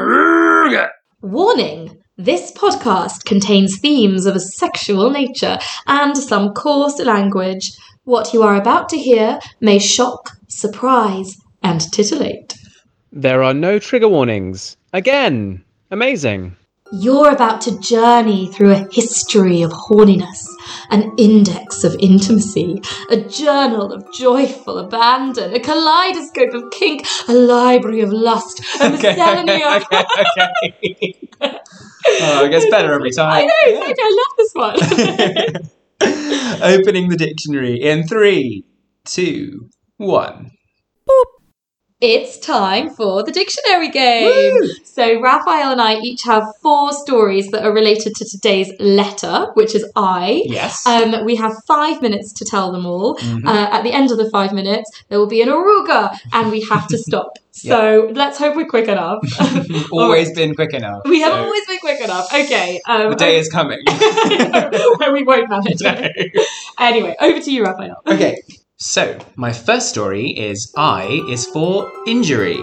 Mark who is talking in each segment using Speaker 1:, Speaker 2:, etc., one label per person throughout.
Speaker 1: Aruga!
Speaker 2: Warning! This podcast contains themes of a sexual nature and some coarse language. What you are about to hear may shock, surprise, and titillate.
Speaker 3: There are no trigger warnings. Again! Amazing.
Speaker 2: You're about to journey through a history of horniness, an index of intimacy, a journal of joyful abandon, a kaleidoscope of kink, a library of lust, a miscellany of.
Speaker 1: okay. oh, it gets better every
Speaker 2: I
Speaker 1: time.
Speaker 2: know, exactly, I love this one.
Speaker 1: Opening the dictionary in three, two, one.
Speaker 2: It's time for the dictionary game. So, Raphael and I each have four stories that are related to today's letter, which is I.
Speaker 1: Yes.
Speaker 2: Um, we have five minutes to tell them all.
Speaker 1: Mhm.
Speaker 2: Uh, at the end of the five minutes, there will be an aruga and we have to stop.
Speaker 1: Yeah.
Speaker 2: So, let's hope we're quick enough.
Speaker 1: Always been quick enough.
Speaker 2: we have
Speaker 1: so
Speaker 2: always been quick enough. Okay. Um,
Speaker 1: The day is coming.
Speaker 2: where we won't manage it. Anyway, over to you, Raphael.
Speaker 1: Okay, so my first story is I is for injury.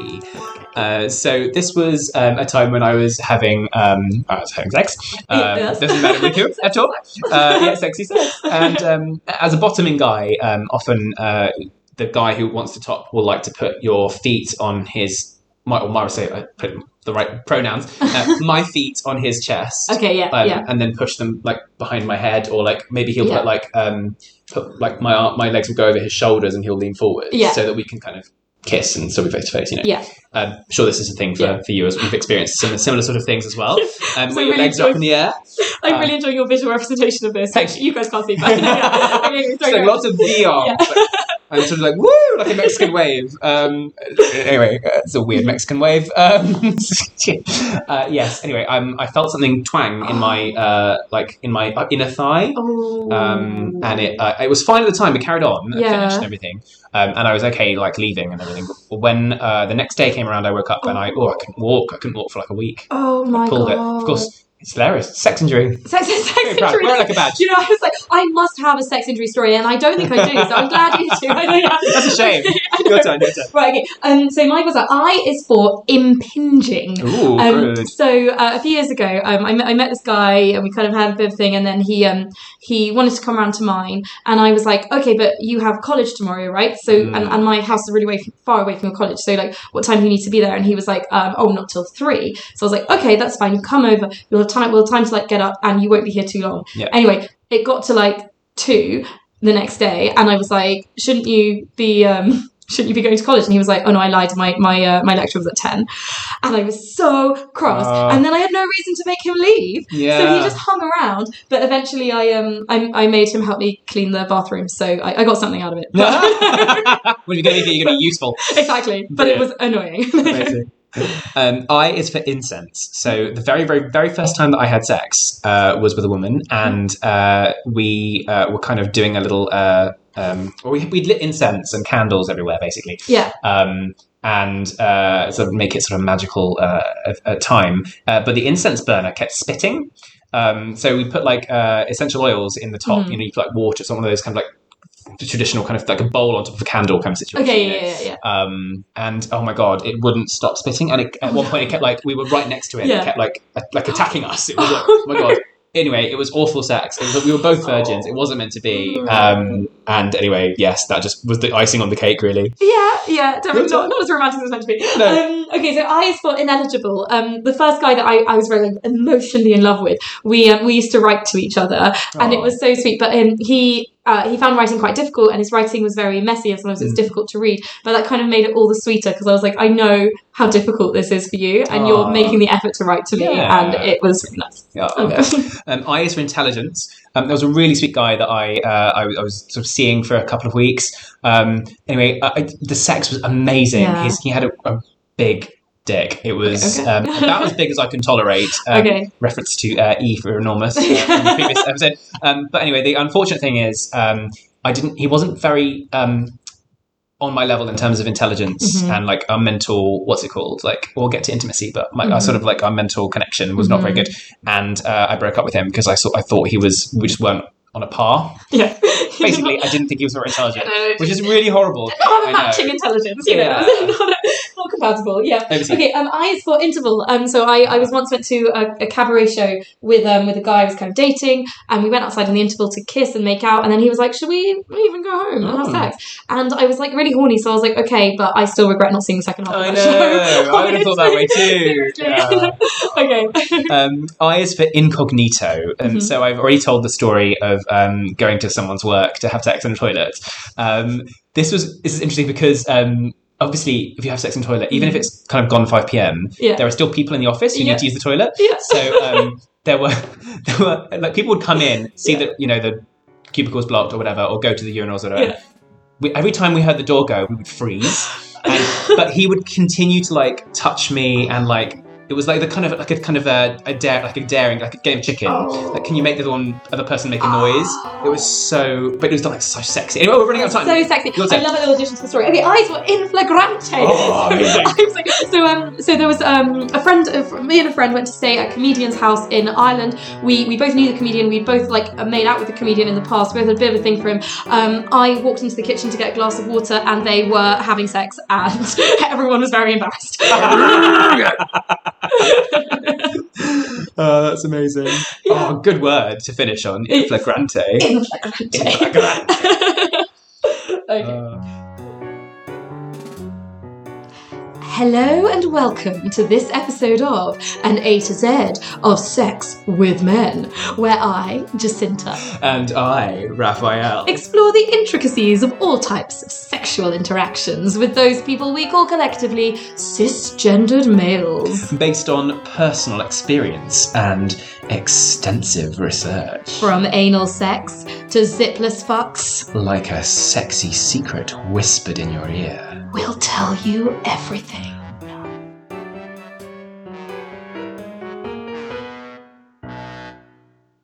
Speaker 1: Uh, so this was um, a time when I was having um, I was having sex. Um,
Speaker 2: Yes.
Speaker 1: Doesn't matter with who at all. Uh, yeah, sexy sex. And um, as a bottoming guy, um, often uh, the guy who wants to top will like to put your feet on his. My, or my would say I put the right pronouns. Uh, my feet on his chest
Speaker 2: Okay, yeah,
Speaker 1: um,
Speaker 2: yeah.
Speaker 1: and then push them like behind my head, or like maybe he'll
Speaker 2: Yeah.
Speaker 1: put like um put like my arm, my legs will go over his shoulders and he'll lean forward,
Speaker 2: Yeah.
Speaker 1: so that we can kind of kiss and so we're face to face. You know, Um,
Speaker 2: Yeah.
Speaker 1: I'm sure this is a thing for,
Speaker 2: Yeah.
Speaker 1: for you as we've experienced similar, similar sort of things as well. Um,
Speaker 2: So
Speaker 1: where your
Speaker 2: really
Speaker 1: legs are up in the air.
Speaker 2: I'm
Speaker 1: Uh,
Speaker 2: really enjoying your visual representation of this.
Speaker 1: Thank
Speaker 2: Actually, you guys can't see that. yeah. okay,
Speaker 1: It's
Speaker 2: sorry,
Speaker 1: like
Speaker 2: go
Speaker 1: lots of V arms.
Speaker 2: Yeah.
Speaker 1: like- and sort of like woo, like a Mexican wave. Um, anyway, uh, it's a
Speaker 2: Mm-hmm.
Speaker 1: weird Mexican wave. Um, uh, yes. Anyway, um, I felt something twang in my uh, like in my inner thigh.
Speaker 2: on.
Speaker 1: um, and it uh, it was fine at the time. We carried on, I
Speaker 2: Yeah.
Speaker 1: finished and everything, um, and I was okay, like leaving and everything. But when uh, the next day came around, I woke up and I oh I couldn't walk. I couldn't walk for like a week.
Speaker 2: oh my
Speaker 1: Pulled
Speaker 2: god!
Speaker 1: it. Of course, it's hilarious. Sex injury.
Speaker 2: sex, sex,
Speaker 1: Very
Speaker 2: sex
Speaker 1: proud.
Speaker 2: injury.
Speaker 1: Wear it like a badge.
Speaker 2: Do you know, I was like, I must have a sex injury story, and I don't think I do. So I'm glad you do. I don't have-
Speaker 1: That's a shame.
Speaker 2: I know.
Speaker 1: Your turn. Your turn.
Speaker 2: Right. Okay. Um, so mine was like, I is for impinging.
Speaker 1: Ooh,
Speaker 2: Um,
Speaker 1: good.
Speaker 2: so uh, a few years ago, um, I, met, I met this guy and we kind of had a bit of a thing, and then he um, he wanted to come around to mine, and I was like, okay, but you have college tomorrow, right? So
Speaker 1: Mm.
Speaker 2: and, and my house is really way far away from your college, so like, what time do you need to be there? And he was like, um, oh, not till three. So I was like, okay, that's fine. You come over. You'll have time. We'll have time to like get up, and you won't be here too long.
Speaker 1: Yeah.
Speaker 2: Anyway, it got to like two the next day, and I was like, shouldn't you be um, shouldn't you be going to college? And he was like, oh no, I lied. My my uh, my lecture was at ten, and I was so cross.
Speaker 1: Ah.
Speaker 2: and then I had no reason to make him leave,
Speaker 1: Yeah.
Speaker 2: so he just hung around. But eventually, I um I, I made him help me clean the bathroom, so I, I got something out of it.
Speaker 1: when you're going to be you're going to be useful.
Speaker 2: exactly, but it was annoying.
Speaker 1: Amazing. Um, I is for incense. So the very, very, very first time that I had sex uh, was with a woman, and uh, we uh, were kind of doing a little. Uh, um, well, we we lit incense and candles everywhere, basically,
Speaker 2: yeah,
Speaker 1: um, and uh, sort of make it sort of magical uh, a, a time. Uh, but the incense burner kept spitting. Um, so we put like uh, essential oils in the top.
Speaker 2: Mhm.
Speaker 1: You know, you put like water, so one of those kind of like traditional kind of like a bowl on top of a candle kind of situation. you know?
Speaker 2: okay, yeah, yeah, yeah.
Speaker 1: um and oh my god it wouldn't stop spitting and it, at one point it kept like we were right next to it and
Speaker 2: Yeah.
Speaker 1: it kept like a- like attacking us it was like oh my god anyway it was awful sex it was like we were both virgins it wasn't meant to be
Speaker 2: Oh.
Speaker 1: um and anyway yes that just was the icing on the cake really
Speaker 2: Yeah, yeah, definitely
Speaker 1: Good
Speaker 2: not, not as romantic as it's meant to be.
Speaker 1: No.
Speaker 2: Um, okay, so I is for ineligible. Um, the first guy that I, I was really emotionally in love with, we um, we used to write to each other, and it
Speaker 1: Aw.
Speaker 2: was so sweet. But um, he uh, he found writing quite difficult, and his writing was very messy, and sometimes it was
Speaker 1: Mm.
Speaker 2: difficult to read. But that kind of made it all the sweeter because I was like, I know how difficult this is for you, and you're
Speaker 1: Aw.
Speaker 2: making the effort to write to me,
Speaker 1: Yeah.
Speaker 2: and it was really nice.
Speaker 1: yeah, um, I is for intelligence. Um, there was a really sweet guy that I, uh, I I was sort of seeing for a couple of weeks. Um, anyway, I, I- the sex was amazing.
Speaker 2: Yeah.
Speaker 1: His, he had a, a big dick. It was
Speaker 2: Okay.
Speaker 1: um, about as big as I can tolerate. Um,
Speaker 2: okay.
Speaker 1: Reference to uh, E for enormous uh, from the previous episode. Um, but anyway, the unfortunate thing is, um, I didn't. He wasn't very. Um, on my level in terms of intelligence
Speaker 2: Mhm.
Speaker 1: and like our mental, what's it called? Like, we'll get to intimacy, but my, our
Speaker 2: Mhm.
Speaker 1: sort of like our mental connection was not very
Speaker 2: Mhm.
Speaker 1: good and uh, I broke up with him because I saw I thought he was we just weren't on a par.
Speaker 2: Yeah.
Speaker 1: Basically, I didn't think he was very
Speaker 2: No,
Speaker 1: intelligent,
Speaker 2: no,
Speaker 1: which is really horrible.
Speaker 2: not
Speaker 1: I
Speaker 2: a
Speaker 1: know.
Speaker 2: matching intelligence, you
Speaker 1: Yeah.
Speaker 2: know, not, not compatible. Yeah.
Speaker 1: Over to you.
Speaker 2: Okay. Um, I is for interval. Um, so I, I was once went to a, a cabaret show with um with a guy I was kind of dating, and we went outside in the interval to kiss and make out, and then he was like, "Should we even go home and have
Speaker 1: Oh.
Speaker 2: sex?" And I was like really horny, so I was like, "Okay," but I still regret not seeing the second half
Speaker 1: I
Speaker 2: of
Speaker 1: know.
Speaker 2: that show.
Speaker 1: I would have thought that way too.
Speaker 2: Seriously. okay.
Speaker 1: um, I is for incognito, and
Speaker 2: Mhm.
Speaker 1: so I've already told the story of um, going to someone's work to have sex in a toilet. Um, this was this is interesting because um, obviously, if you have sex in a toilet, even if it's kind of gone five pm,
Speaker 2: Yeah.
Speaker 1: there are still people in the office who
Speaker 2: Yeah.
Speaker 1: need to use the toilet.
Speaker 2: Yeah.
Speaker 1: So um, there were there were like people would come in, see
Speaker 2: Yeah.
Speaker 1: that you know the cubicle's blocked or whatever, or go to the urinals or whatever.
Speaker 2: Yeah.
Speaker 1: We, every time we heard the door go, we would freeze. And, but he would continue to like touch me and like it was like the kind of like a kind of a, a dare like a daring like a game of chicken.
Speaker 2: Oh.
Speaker 1: Like, can you make the one other person make a noise? It was so, but it was like so sexy. Anyway, we're running out of time.
Speaker 2: So sexy.
Speaker 1: Your
Speaker 2: I
Speaker 1: turn.
Speaker 2: love it. Little additions to the story. Okay, eyes were in flagrante.
Speaker 1: Oh, amazing.
Speaker 2: I was like, so um, so there was um, a friend, of, me and a friend went to stay at a comedian's house in Ireland. We we both knew the comedian. We both like made out with the comedian in the past. We both had a bit of a thing for him. Um, I walked into the kitchen to get a glass of water, and they were having sex, and everyone was very embarrassed.
Speaker 1: oh, that's amazing. Oh, good word to finish on. Flagrante.
Speaker 2: in flagrante.
Speaker 1: In flagrante.
Speaker 2: okay.
Speaker 1: Uh,
Speaker 2: Hello and welcome to this episode of An A to Z of Sex with Men, where I, Jacinta,
Speaker 1: and I, Raphael.
Speaker 2: explore the intricacies of all types of sexual interactions with those people we call collectively cisgendered males.
Speaker 1: Based on personal experience and extensive research.
Speaker 2: From anal sex to zipless fucks,
Speaker 1: Like a sexy secret whispered in your ear.
Speaker 2: we'll tell you everything.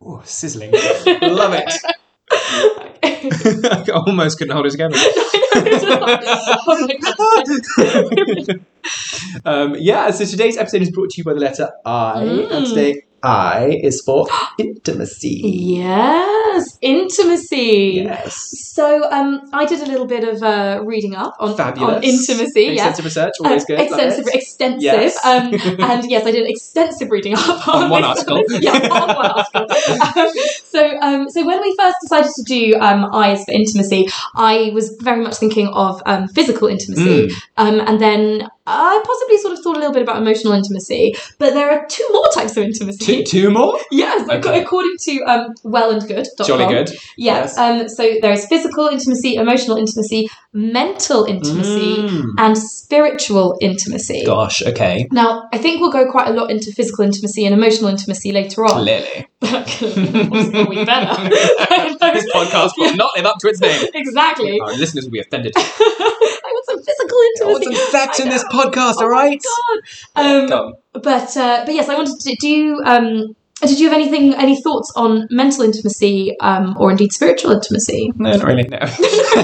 Speaker 1: Oh, sizzling. Love it. I almost couldn't hold it together. um, yeah, so today's episode is brought to you by the letter I, and
Speaker 2: Mm.
Speaker 1: today I is for intimacy.
Speaker 2: yes, intimacy.
Speaker 1: Yes.
Speaker 2: So um, I did a little bit of uh, reading up on,
Speaker 1: Fabulous.
Speaker 2: on intimacy. Yeah.
Speaker 1: Extensive research, always
Speaker 2: Uh,
Speaker 1: good. love
Speaker 2: extensive,
Speaker 1: it.
Speaker 2: extensive,
Speaker 1: Yes.
Speaker 2: um, and yes, I did extensive reading up
Speaker 1: On one
Speaker 2: this.
Speaker 1: article.
Speaker 2: yeah, on one article. Um, so, um, so when we first decided to do um, eyes for intimacy, I was very much thinking of um, physical intimacy,
Speaker 1: Mm.
Speaker 2: um, and then I possibly sort of thought a little bit about emotional intimacy. But there are two more types of intimacy.
Speaker 1: Two, two more?
Speaker 2: Yes, ac-
Speaker 1: Okay.
Speaker 2: according to um, wellandgood.com.
Speaker 1: Jolly good.
Speaker 2: Yeah.
Speaker 1: Yes.
Speaker 2: Um, so there is physical intimacy, emotional intimacy, mental intimacy,
Speaker 1: Mm.
Speaker 2: and spiritual intimacy.
Speaker 1: Gosh, okay.
Speaker 2: Now, I think we'll go quite a lot into physical intimacy and emotional intimacy later on.
Speaker 1: Clearly.
Speaker 2: Obviously, we better.
Speaker 1: this podcast will not live up to its name.
Speaker 2: exactly.
Speaker 1: Our listeners will be offended.
Speaker 2: I want some physical
Speaker 1: I want
Speaker 2: intimacy.
Speaker 1: some facts in this
Speaker 2: I know.
Speaker 1: podcast,
Speaker 2: Oh
Speaker 1: all
Speaker 2: my
Speaker 1: right?
Speaker 2: God. Um,
Speaker 1: Come.
Speaker 2: but uh, but yes, I wanted to do. You, um, did you have anything, any thoughts on mental intimacy um, or indeed spiritual intimacy?
Speaker 1: No, not really. No.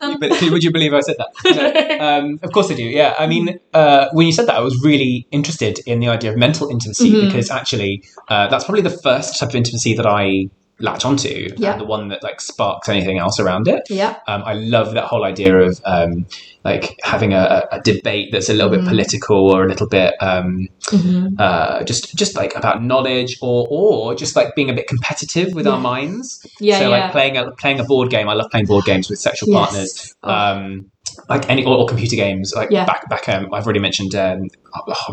Speaker 1: You be- Would you believe I said that? No. Um, of course I do. Yeah. I mean, uh, when you said that, I was really interested in the idea of mental intimacy
Speaker 2: Mhm.
Speaker 1: because actually, uh, that's probably the first type of intimacy that I latch onto,
Speaker 2: Yeah.
Speaker 1: and the one that like sparks anything else around it.
Speaker 2: Yeah.
Speaker 1: Um, I love that whole idea of um, like having a, a a debate that's a little bit
Speaker 2: Mhm.
Speaker 1: political or a little bit um,
Speaker 2: Mhm.
Speaker 1: uh, just just like about knowledge or or just like being a bit competitive with our
Speaker 2: Yeah.
Speaker 1: minds
Speaker 2: Yeah.
Speaker 1: so
Speaker 2: yeah.
Speaker 1: like playing a playing a board game. I love playing board games with sexual
Speaker 2: Yes.
Speaker 1: partners.
Speaker 2: Oh.
Speaker 1: Um, like any or, or computer games. Like
Speaker 2: Yeah.
Speaker 1: back back um, I've already mentioned um,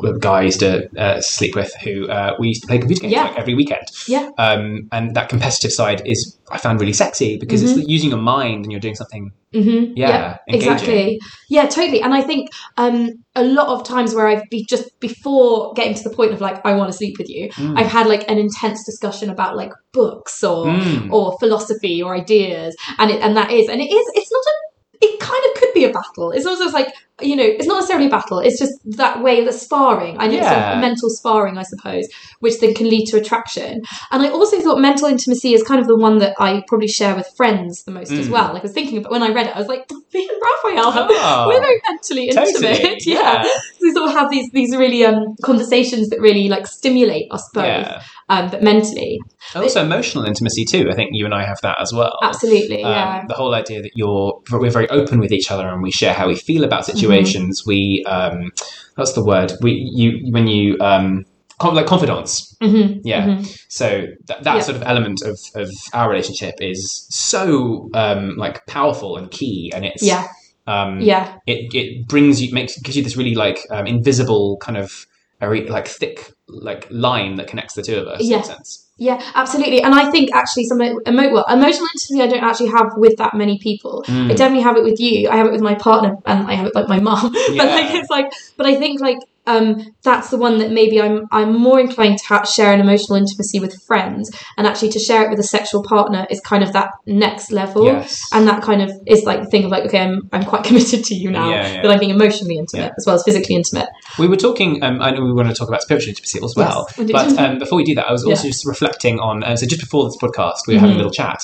Speaker 1: a guy I used to uh, sleep with who uh, we used to play computer games
Speaker 2: Yeah.
Speaker 1: like, every weekend.
Speaker 2: Yeah.
Speaker 1: Um, and that competitive side is I found really sexy because
Speaker 2: Mm-hmm.
Speaker 1: it's using your mind and you're doing something.
Speaker 2: Mhm.
Speaker 1: Yeah. engaging.
Speaker 2: Exactly. Yeah, totally. And I think um, a lot of times where I've be just before getting to the point of like I want to sleep with you,
Speaker 1: Mm.
Speaker 2: I've had like an intense discussion about like books or
Speaker 1: Mm.
Speaker 2: or philosophy or ideas, and it and that is and it is it's not a it kind of could be a battle. It's also like you know, it's not necessarily a battle. It's just that way the sparring. I know it's like
Speaker 1: Yeah.
Speaker 2: a mental sparring, I suppose, which then can lead to attraction. And I also thought mental intimacy is kind of the one that I probably share with friends the most as
Speaker 1: Mm.
Speaker 2: well. Like I was thinking about when I read it, I was like, me and Raphael,
Speaker 1: Oh,
Speaker 2: we're very mentally intimate.
Speaker 1: totally.
Speaker 2: yeah. we sort of have these these really um conversations that really like stimulate us both,
Speaker 1: Yeah.
Speaker 2: um, but mentally,
Speaker 1: And also emotional intimacy too. I think you and I have that as well.
Speaker 2: absolutely,
Speaker 1: Um,
Speaker 2: yeah.
Speaker 1: The whole idea that you're we're very open with each other and we share how we feel about
Speaker 2: Mm-hmm.
Speaker 1: situations. We um, what's the word? We you when you um, com- like confidence.
Speaker 2: hmm
Speaker 1: Yeah. So that that
Speaker 2: Yeah.
Speaker 1: sort of element of of our relationship is so um, like powerful and key, and it's
Speaker 2: yeah,
Speaker 1: um,
Speaker 2: yeah,
Speaker 1: it it brings you makes gives you this really like um, invisible kind of a re- like thick like line that connects the two of us. in a
Speaker 2: Yeah.
Speaker 1: sense.
Speaker 2: yeah, absolutely. And I think actually, some emo- well, emotional intimacy I don't actually have with that many people.
Speaker 1: Mm.
Speaker 2: I definitely have it with you. I have it with my partner, and I have it like my mum.
Speaker 1: Yeah.
Speaker 2: but like it's like, but I think like um that's the one that maybe I'm I'm more inclined to ha- share an emotional intimacy with friends, and actually to share it with a sexual partner is kind of that next level.
Speaker 1: Yes.
Speaker 2: and that kind of is like the thing of like okay i'm, I'm quite committed to you now
Speaker 1: Yeah, yeah.
Speaker 2: that i'm being emotionally intimate
Speaker 1: Yeah.
Speaker 2: as well as physically intimate
Speaker 1: We were talking. Um, I know we want to talk about spiritual intimacy as well,
Speaker 2: Yes, we did.
Speaker 1: but um, before we do that, I was also
Speaker 2: Yeah.
Speaker 1: just reflecting on. Uh, so just before this podcast, we were having a
Speaker 2: Mhm.
Speaker 1: little chat,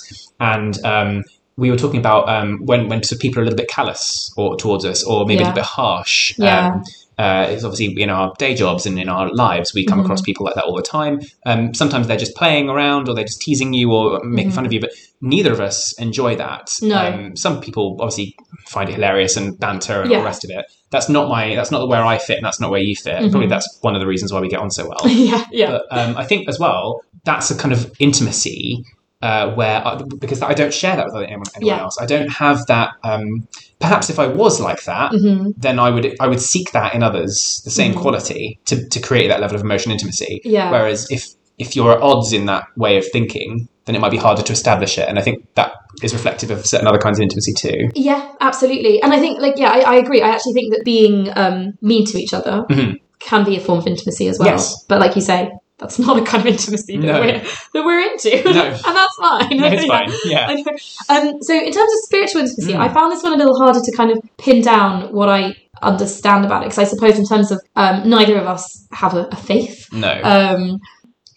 Speaker 1: and um, we were talking about um, when when sort of people are a little bit callous or towards us, or maybe a
Speaker 2: Yeah.
Speaker 1: little bit harsh.
Speaker 2: Yeah.
Speaker 1: Um, uh, it's obviously in our day jobs and in our lives we come
Speaker 2: Mhm.
Speaker 1: across people like that all the time. Um, sometimes they're just playing around or they're just teasing you or making
Speaker 2: Mhm.
Speaker 1: fun of you, but neither of us enjoy that.
Speaker 2: No.
Speaker 1: Um, some people obviously find it hilarious and banter and all
Speaker 2: Yeah.
Speaker 1: the rest of it that's not my that's not where I fit and that's not where you fit.
Speaker 2: Mhm.
Speaker 1: Probably that's one of the reasons why we get on so well.
Speaker 2: yeah yeah
Speaker 1: But um, I think as well that's a kind of intimacy uh, where I, because I don't share that with anyone, anyone
Speaker 2: Yeah.
Speaker 1: else. I don't have that. Um, perhaps if I was like that,
Speaker 2: hmm
Speaker 1: then I would I would seek that in others the same
Speaker 2: Mhm.
Speaker 1: quality to to create that level of emotional intimacy.
Speaker 2: yeah
Speaker 1: Whereas if if you're at odds in that way of thinking, then it might be harder to establish it. And I think that is reflective of certain other kinds of intimacy too.
Speaker 2: yeah absolutely and i think like yeah i, I agree i actually think that being um mean to each other
Speaker 1: Mhm.
Speaker 2: can be a form of intimacy as well
Speaker 1: Yes.
Speaker 2: but like you say that's not a kind of intimacy that,
Speaker 1: No.
Speaker 2: we're, that we're into
Speaker 1: No.
Speaker 2: and that's fine
Speaker 1: it's fine. Yeah.
Speaker 2: Yeah. I know. um, so in terms of spiritual intimacy,
Speaker 1: Mm.
Speaker 2: I found this one a little harder to kind of pin down what I understand about it because I suppose in terms of um, neither of us have a, a faith.
Speaker 1: No.
Speaker 2: Um,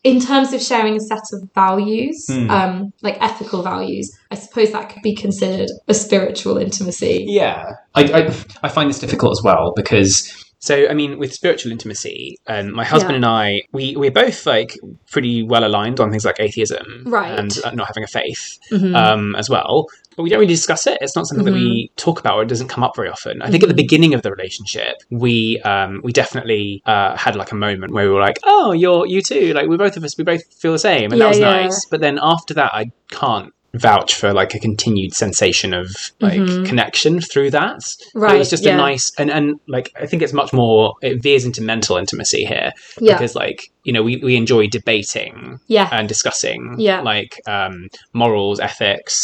Speaker 2: in terms of sharing a set of values,
Speaker 1: Mm.
Speaker 2: um, like ethical values, I suppose that could be considered a spiritual intimacy.
Speaker 1: Yeah, I, I I find this difficult as well because so I mean with spiritual intimacy, um, my husband
Speaker 2: Yeah.
Speaker 1: and I we we're both like pretty well aligned on things like atheism,
Speaker 2: Right.
Speaker 1: and uh, not having a faith
Speaker 2: Mhm.
Speaker 1: um, as well. But we don't really discuss it. It's not something that
Speaker 2: Mm-hmm.
Speaker 1: we talk about, or it doesn't come up very often. I think at
Speaker 2: Mhm.
Speaker 1: the beginning of the relationship, we um, we definitely uh, had like a moment where we were like, "Oh, you're you too." Like we both of us, we both feel the same, and
Speaker 2: Yeah,
Speaker 1: that was
Speaker 2: yeah.
Speaker 1: nice. But then after that, I can't vouch for like a continued sensation of like
Speaker 2: Mhm.
Speaker 1: connection through that.
Speaker 2: right.
Speaker 1: It was just
Speaker 2: yeah.
Speaker 1: a nice and and like I think it's much more it veers into mental intimacy here
Speaker 2: Yeah.
Speaker 1: because uh, like you know we we enjoy debating
Speaker 2: yeah.
Speaker 1: and discussing
Speaker 2: Yeah.
Speaker 1: like um morals ethics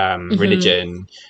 Speaker 1: um
Speaker 2: Mhm.
Speaker 1: religion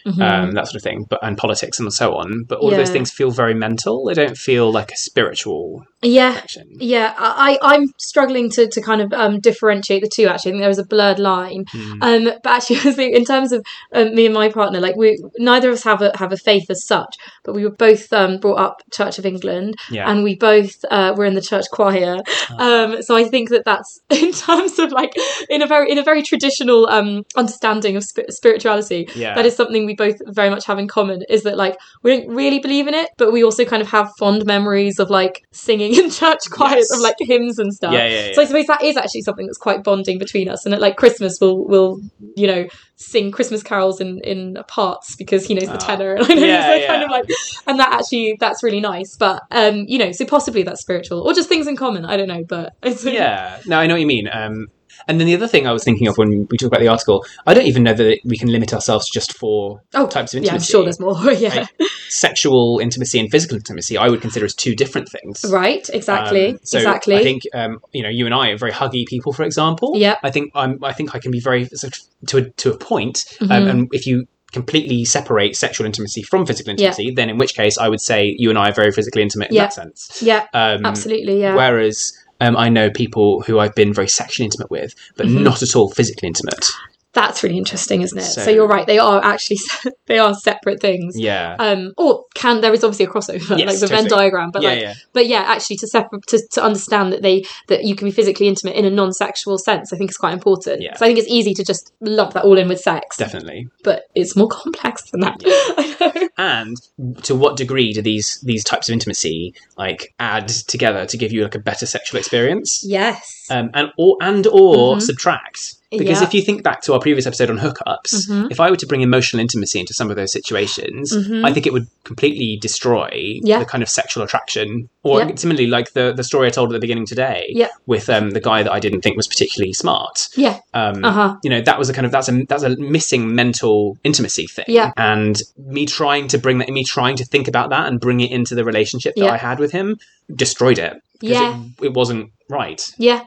Speaker 2: Mhm.
Speaker 1: um that sort of thing but and politics and so on but all of those
Speaker 2: Yeah.
Speaker 1: things feel very mental they don't feel like a spiritual
Speaker 2: yeah.
Speaker 1: action
Speaker 2: Yeah, I, I- I'm struggling to, to kind of um, differentiate the two. Actually, I think there is a blurred line.
Speaker 1: Hmm.
Speaker 2: Um, but actually, I think in terms of um, me and my partner, like we neither of us have a have a faith as such, but we were both um, brought up Church of England,
Speaker 1: yeah Uh-huh.
Speaker 2: and we both uh, were in the church choir. Um, so I think that that's in terms of like in a very in a very traditional um, understanding of sp- spirituality.
Speaker 1: yeah
Speaker 2: That is something we both very much have in common is that like we don't really believe in it, but we also kind of have fond memories of like singing in church choirs
Speaker 1: Yes.
Speaker 2: of like hymns and stuff.
Speaker 1: yeah yeah, yeah.
Speaker 2: So I suppose that is actually something that's quite bonding between us. And at like Christmas, we'll we'll you know sing Christmas carols in in parts because he knows the
Speaker 1: Ah.
Speaker 2: tenor, and I know
Speaker 1: Yeah,
Speaker 2: so
Speaker 1: yeah.
Speaker 2: kind of like, and that actually that's really nice. But um, you know, so possibly that's spiritual or just things in common. I don't know, but it's
Speaker 1: yeah no i know what you mean um and then the other thing I was thinking of when we talk about the article, I don't even know that we can limit ourselves to just for
Speaker 2: Oh,
Speaker 1: types of
Speaker 2: yeah,
Speaker 1: intimacy.
Speaker 2: I'm sure there's more. yeah,
Speaker 1: sexual intimacy and physical intimacy I would consider as two different things.
Speaker 2: right, exactly,
Speaker 1: Um, so
Speaker 2: exactly.
Speaker 1: I think um, you know you and I are very huggy people, for example.
Speaker 2: Yep.
Speaker 1: I think I'm. I think I can be very sort of, to a, to a point. Um,
Speaker 2: Mhm.
Speaker 1: and if you completely separate sexual intimacy from physical intimacy, then in which case I would say you and I are very physically intimate in
Speaker 2: Yeah.
Speaker 1: that sense.
Speaker 2: yeah,
Speaker 1: Um,
Speaker 2: absolutely. Yeah.
Speaker 1: Whereas. Um, I know people who I've been very sexually intimate with, but
Speaker 2: Mhm.
Speaker 1: not at all physically intimate.
Speaker 2: That's really interesting, isn't it? So,
Speaker 1: So-
Speaker 2: you're right; they are actually se- they are separate things.
Speaker 1: Yeah.
Speaker 2: Um, or can there is obviously a crossover,
Speaker 1: Yes,
Speaker 2: like the Venn
Speaker 1: totally.
Speaker 2: diagram, but
Speaker 1: yeah,
Speaker 2: like
Speaker 1: yeah.
Speaker 2: but yeah actually to separate to, to understand that they that you can be physically intimate in a non-sexual sense i think is quite important
Speaker 1: Yeah.
Speaker 2: so i think it's easy to just lump that all in with sex
Speaker 1: Definitely.
Speaker 2: but it's more complex than that
Speaker 1: Yeah.
Speaker 2: I know.
Speaker 1: And to what degree do these these types of intimacy like add together to give you like a better sexual experience?
Speaker 2: yes
Speaker 1: Um, and or and or
Speaker 2: Mhm.
Speaker 1: subtract because
Speaker 2: Yeah.
Speaker 1: if you think back to our previous episode on hookups,
Speaker 2: Mhm.
Speaker 1: if I were to bring emotional intimacy into some of those situations,
Speaker 2: Mhm.
Speaker 1: I think it would completely destroy
Speaker 2: Yeah.
Speaker 1: the kind of sexual attraction. Or
Speaker 2: Yeah.
Speaker 1: similarly, like the, the story I told at the beginning today
Speaker 2: Yeah.
Speaker 1: with um, the guy that I didn't think was particularly smart.
Speaker 2: Yeah.
Speaker 1: Um,
Speaker 2: uh-huh
Speaker 1: You know, that was a kind of that's a that's a missing mental intimacy thing.
Speaker 2: Yeah.
Speaker 1: And me trying to bring that, me trying to think about that and bring it into the relationship that
Speaker 2: Yeah.
Speaker 1: I had with him destroyed it. 'Cause
Speaker 2: yeah
Speaker 1: It, it wasn't right.
Speaker 2: yeah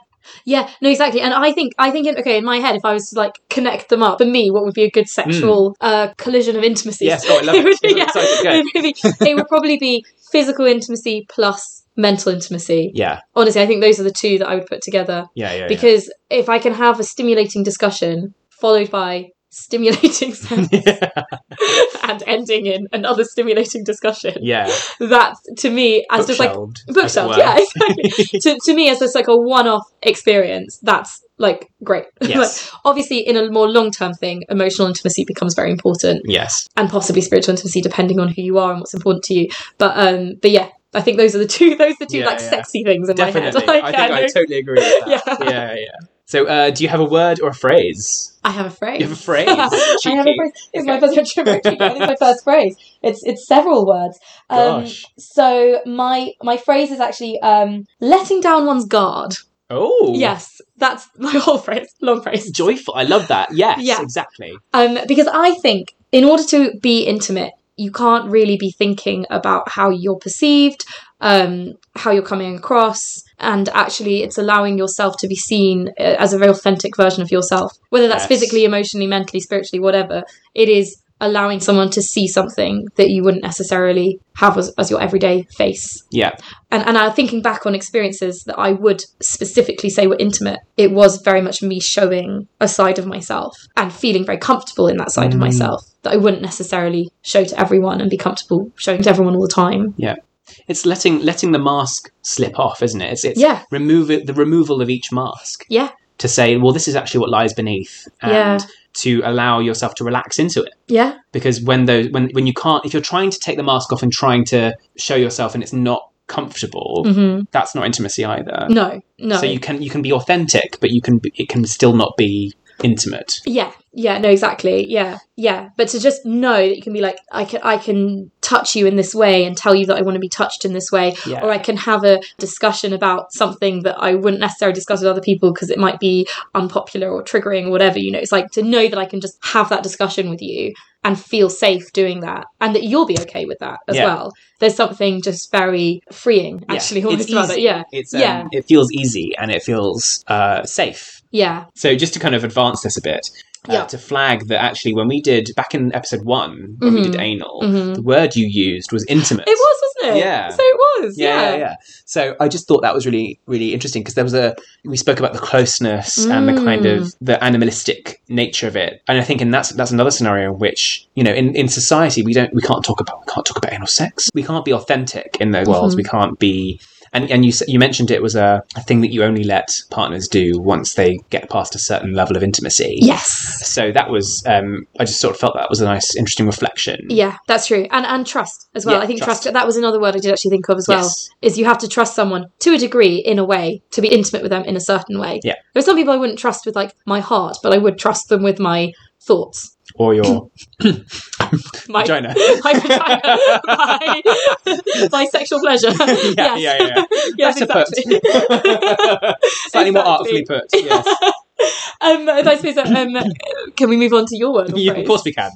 Speaker 2: yeah no exactly and i think i think in, okay in my head if i was to like connect them up for me what would be a good sexual uh collision of intimacies
Speaker 1: Hmm. Yes. Oh, I love it.
Speaker 2: would be-
Speaker 1: I'm excited, go.
Speaker 2: it would be- it would probably be physical intimacy plus mental intimacy
Speaker 1: Yeah.
Speaker 2: honestly i think those are the two that i would put together
Speaker 1: Yeah. Yeah.
Speaker 2: because if I can have a stimulating discussion followed by stimulating sex
Speaker 1: yeah.
Speaker 2: and ending in another stimulating discussion,
Speaker 1: yeah.
Speaker 2: that to me as just like
Speaker 1: Bookshelved, as it
Speaker 2: bookshelf,
Speaker 1: were.
Speaker 2: yeah, exactly. to, to me as just like a one-off experience, that's like great.
Speaker 1: Yes.
Speaker 2: Like, obviously, in a more long-term thing, emotional intimacy becomes very important,
Speaker 1: Yes.
Speaker 2: and possibly spiritual intimacy, depending on who you are and what's important to you. But um, but yeah, I think those are the two. Those are the two
Speaker 1: Yeah,
Speaker 2: like
Speaker 1: yeah.
Speaker 2: sexy things in
Speaker 1: Definitely.
Speaker 2: my
Speaker 1: I
Speaker 2: head. Like,
Speaker 1: think
Speaker 2: yeah,
Speaker 1: I
Speaker 2: no-
Speaker 1: totally agree with that.
Speaker 2: Yeah.
Speaker 1: Yeah, yeah. So, uh, do you have a word or a phrase?
Speaker 2: I have a phrase.
Speaker 1: You have a phrase.
Speaker 2: I have a
Speaker 1: Cheeky.
Speaker 2: phrase. It's my
Speaker 1: Okay.
Speaker 2: first it's my first phrase. It's it's several words. Um,
Speaker 1: Gosh.
Speaker 2: so my my phrase is actually um, letting down one's guard.
Speaker 1: Oh.
Speaker 2: Yes, that's my whole phrase. Long phrase.
Speaker 1: Joyful. I love that. Yes.
Speaker 2: Yeah.
Speaker 1: Exactly.
Speaker 2: Um, because I think in order to be intimate, you can't really be thinking about how you're perceived, um, how you're coming across, and actually it's allowing yourself to be seen uh, as a very authentic version of yourself. Whether that's
Speaker 1: Yes.
Speaker 2: physically, emotionally, mentally, spiritually, whatever, it is allowing someone to see something that you wouldn't necessarily have as, as your everyday face
Speaker 1: Yeah.
Speaker 2: and and I thinking back on experiences that I would specifically say were intimate, it was very much me showing a side of myself and feeling very comfortable in that side of
Speaker 1: Mm.
Speaker 2: myself that I wouldn't necessarily show to everyone and be comfortable showing to everyone all the time.
Speaker 1: It's letting letting the mask slip off, isn't it? It's it's
Speaker 2: Yeah.
Speaker 1: remove it, the removal of each mask.
Speaker 2: Yeah.
Speaker 1: To say, well, this is actually what lies beneath, and
Speaker 2: Yeah.
Speaker 1: to allow yourself to relax into it.
Speaker 2: Yeah.
Speaker 1: because when those when when you can't if you're trying to take the mask off and trying to show yourself and it's not comfortable
Speaker 2: hmm
Speaker 1: that's not intimacy either
Speaker 2: No. No.
Speaker 1: so you can you can be authentic but you can be, it can still not be intimate
Speaker 2: yeah. Yeah. No. Exactly. Yeah. Yeah. But to just know that you can be like, I can, I can touch you in this way and tell you that I want to be touched in this way,
Speaker 1: yeah
Speaker 2: or I can have a discussion about something that I wouldn't necessarily discuss with other people because it might be unpopular or triggering or whatever. You know, it's like to know that I can just have that discussion with you and feel safe doing that, and that you'll be okay with that as
Speaker 1: Yeah.
Speaker 2: well. There's something just very freeing,
Speaker 1: Yeah.
Speaker 2: actually,
Speaker 1: It's
Speaker 2: almost about
Speaker 1: easy.
Speaker 2: it. Yeah,
Speaker 1: it's um,
Speaker 2: Yeah.
Speaker 1: it feels easy and it feels uh safe
Speaker 2: yeah,
Speaker 1: so just to kind of advance this a bit uh,
Speaker 2: Yeah.
Speaker 1: to flag that actually when we did back in episode one when we
Speaker 2: Mhm.
Speaker 1: did anal
Speaker 2: Mhm.
Speaker 1: the word you used was intimate
Speaker 2: it was, wasn't it?
Speaker 1: Yeah.
Speaker 2: so it was.
Speaker 1: yeah,
Speaker 2: Yeah,
Speaker 1: yeah, yeah. So I just thought that was really, really interesting because there was a we spoke about the closeness and the kind
Speaker 2: Mm.
Speaker 1: of the animalistic nature of it, and I think, and that's that's another scenario in which you know in, in society we don't we can't talk about we can't talk about anal sex, we can't be authentic in those worlds,
Speaker 2: Mm-hmm.
Speaker 1: we can't be. And, and you s- you mentioned it was a, a thing that you only let partners do once they get past a certain level of intimacy.
Speaker 2: Yes.
Speaker 1: So that was um, I just sort of felt that was a nice interesting reflection.
Speaker 2: Yeah, that's true. And and trust as well.
Speaker 1: Yeah,
Speaker 2: I think trust.
Speaker 1: trust.
Speaker 2: that was another word I did actually think of as well.
Speaker 1: Yes.
Speaker 2: Is you have to trust someone to a degree in a way to be intimate with them in a certain way.
Speaker 1: Yeah.
Speaker 2: There are some people I wouldn't trust with like my heart, but I would trust them with my thoughts.
Speaker 1: Or your
Speaker 2: My
Speaker 1: vagina.
Speaker 2: my vagina. my, my sexual pleasure.
Speaker 1: yeah,
Speaker 2: yes.
Speaker 1: yeah, yeah.
Speaker 2: yes,
Speaker 1: Better put.
Speaker 2: exactly.
Speaker 1: Slightly more
Speaker 2: Exactly.
Speaker 1: artfully put. Yes.
Speaker 2: um and I suppose um can we move on to your word? or
Speaker 1: Yeah, of
Speaker 2: phrase?
Speaker 1: course we can.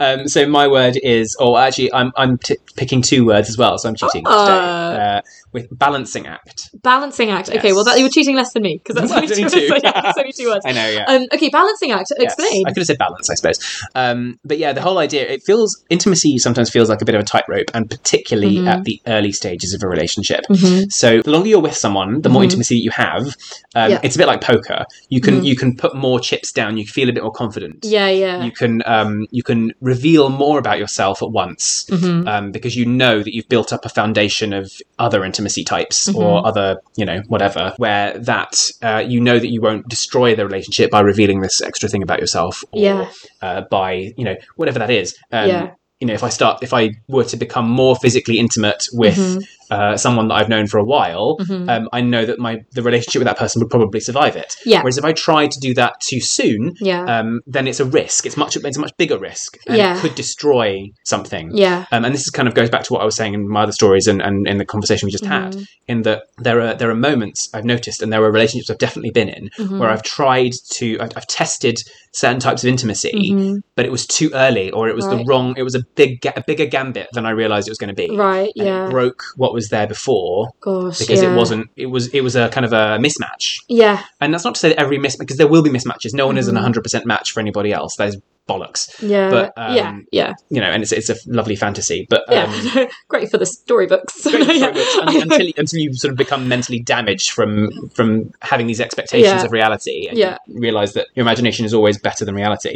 Speaker 1: Um, so my word is, or actually, I'm I'm t- picking two words as well, so I'm cheating
Speaker 2: Ah.
Speaker 1: today uh, with balancing act.
Speaker 2: Balancing act. Okay,
Speaker 1: Yes.
Speaker 2: well that you were cheating less than me, because that's
Speaker 1: I'm
Speaker 2: only two
Speaker 1: doing
Speaker 2: words.
Speaker 1: two.
Speaker 2: Yeah, that's only two words.
Speaker 1: I know, yeah.
Speaker 2: Um, okay, balancing act.
Speaker 1: Yes.
Speaker 2: Explain.
Speaker 1: I could have said balance, I suppose. Um, but yeah, the whole idea, it feels, intimacy sometimes feels like a bit of a tightrope, and particularly
Speaker 2: Mhm.
Speaker 1: at the early stages of a relationship.
Speaker 2: Mhm.
Speaker 1: So the longer you're with someone, the more
Speaker 2: Mhm.
Speaker 1: intimacy that you have. Um,
Speaker 2: Yeah. Mm-hmm.
Speaker 1: It's a bit like poker. You can you can put more chips down. You feel a bit more confident.
Speaker 2: Yeah, yeah.
Speaker 1: You can um, you can reveal more about yourself at once
Speaker 2: Mhm.
Speaker 1: um, because you know that you've built up a foundation of other intimacy types
Speaker 2: Mm-hmm.
Speaker 1: or other you know whatever where that uh, you know that you won't destroy the relationship by revealing this extra thing about yourself or
Speaker 2: Yeah.
Speaker 1: uh, by you know whatever that is. Um,
Speaker 2: Yeah.
Speaker 1: You know, if I start, if I were to become more physically intimate with
Speaker 2: Mhm.
Speaker 1: uh, someone that I've known for a while,
Speaker 2: Mhm.
Speaker 1: um, I know that my the relationship with that person would probably survive it.
Speaker 2: Yeah.
Speaker 1: Whereas if I try to do that too soon,
Speaker 2: Yeah.
Speaker 1: um, then it's a risk. It's much it's a much bigger risk, and
Speaker 2: Yeah.
Speaker 1: it could destroy something.
Speaker 2: yeah.
Speaker 1: Um, and this is kind of goes back to what I was saying in my other stories and, and in the conversation we just had,
Speaker 2: Mhm.
Speaker 1: in that there are there are moments I've noticed, and there are relationships I've definitely been in
Speaker 2: Mhm.
Speaker 1: where I've tried to I've, I've tested certain types of intimacy,
Speaker 2: Mhm.
Speaker 1: but it was too early, or it was the
Speaker 2: Right.
Speaker 1: wrong. It was a big ga- a bigger gambit than I realized it was going to be.
Speaker 2: Right.
Speaker 1: And
Speaker 2: Yeah.
Speaker 1: it broke what was there before
Speaker 2: Gosh.
Speaker 1: because
Speaker 2: yeah.
Speaker 1: it wasn't. It was it was a kind of a mismatch.
Speaker 2: Yeah.
Speaker 1: And that's not to say that every mismatch, because there will be mismatches. No one is an
Speaker 2: Mhm.
Speaker 1: 100% match for anybody else. There's bollocks,
Speaker 2: Yeah.
Speaker 1: But, um,
Speaker 2: yeah. Yeah.
Speaker 1: you know, and it's, it's a lovely fantasy. But um,
Speaker 2: Yeah. Great for the storybooks.
Speaker 1: great
Speaker 2: Yeah.
Speaker 1: progress un- until, you- until you sort of become mentally damaged from from having these expectations
Speaker 2: Yeah.
Speaker 1: of reality and
Speaker 2: Yeah.
Speaker 1: you realize that your imagination is always better than reality,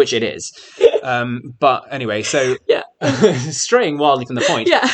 Speaker 1: which it is. Um, but anyway, so
Speaker 2: Yeah.
Speaker 1: straying wildly from the point.
Speaker 2: yeah.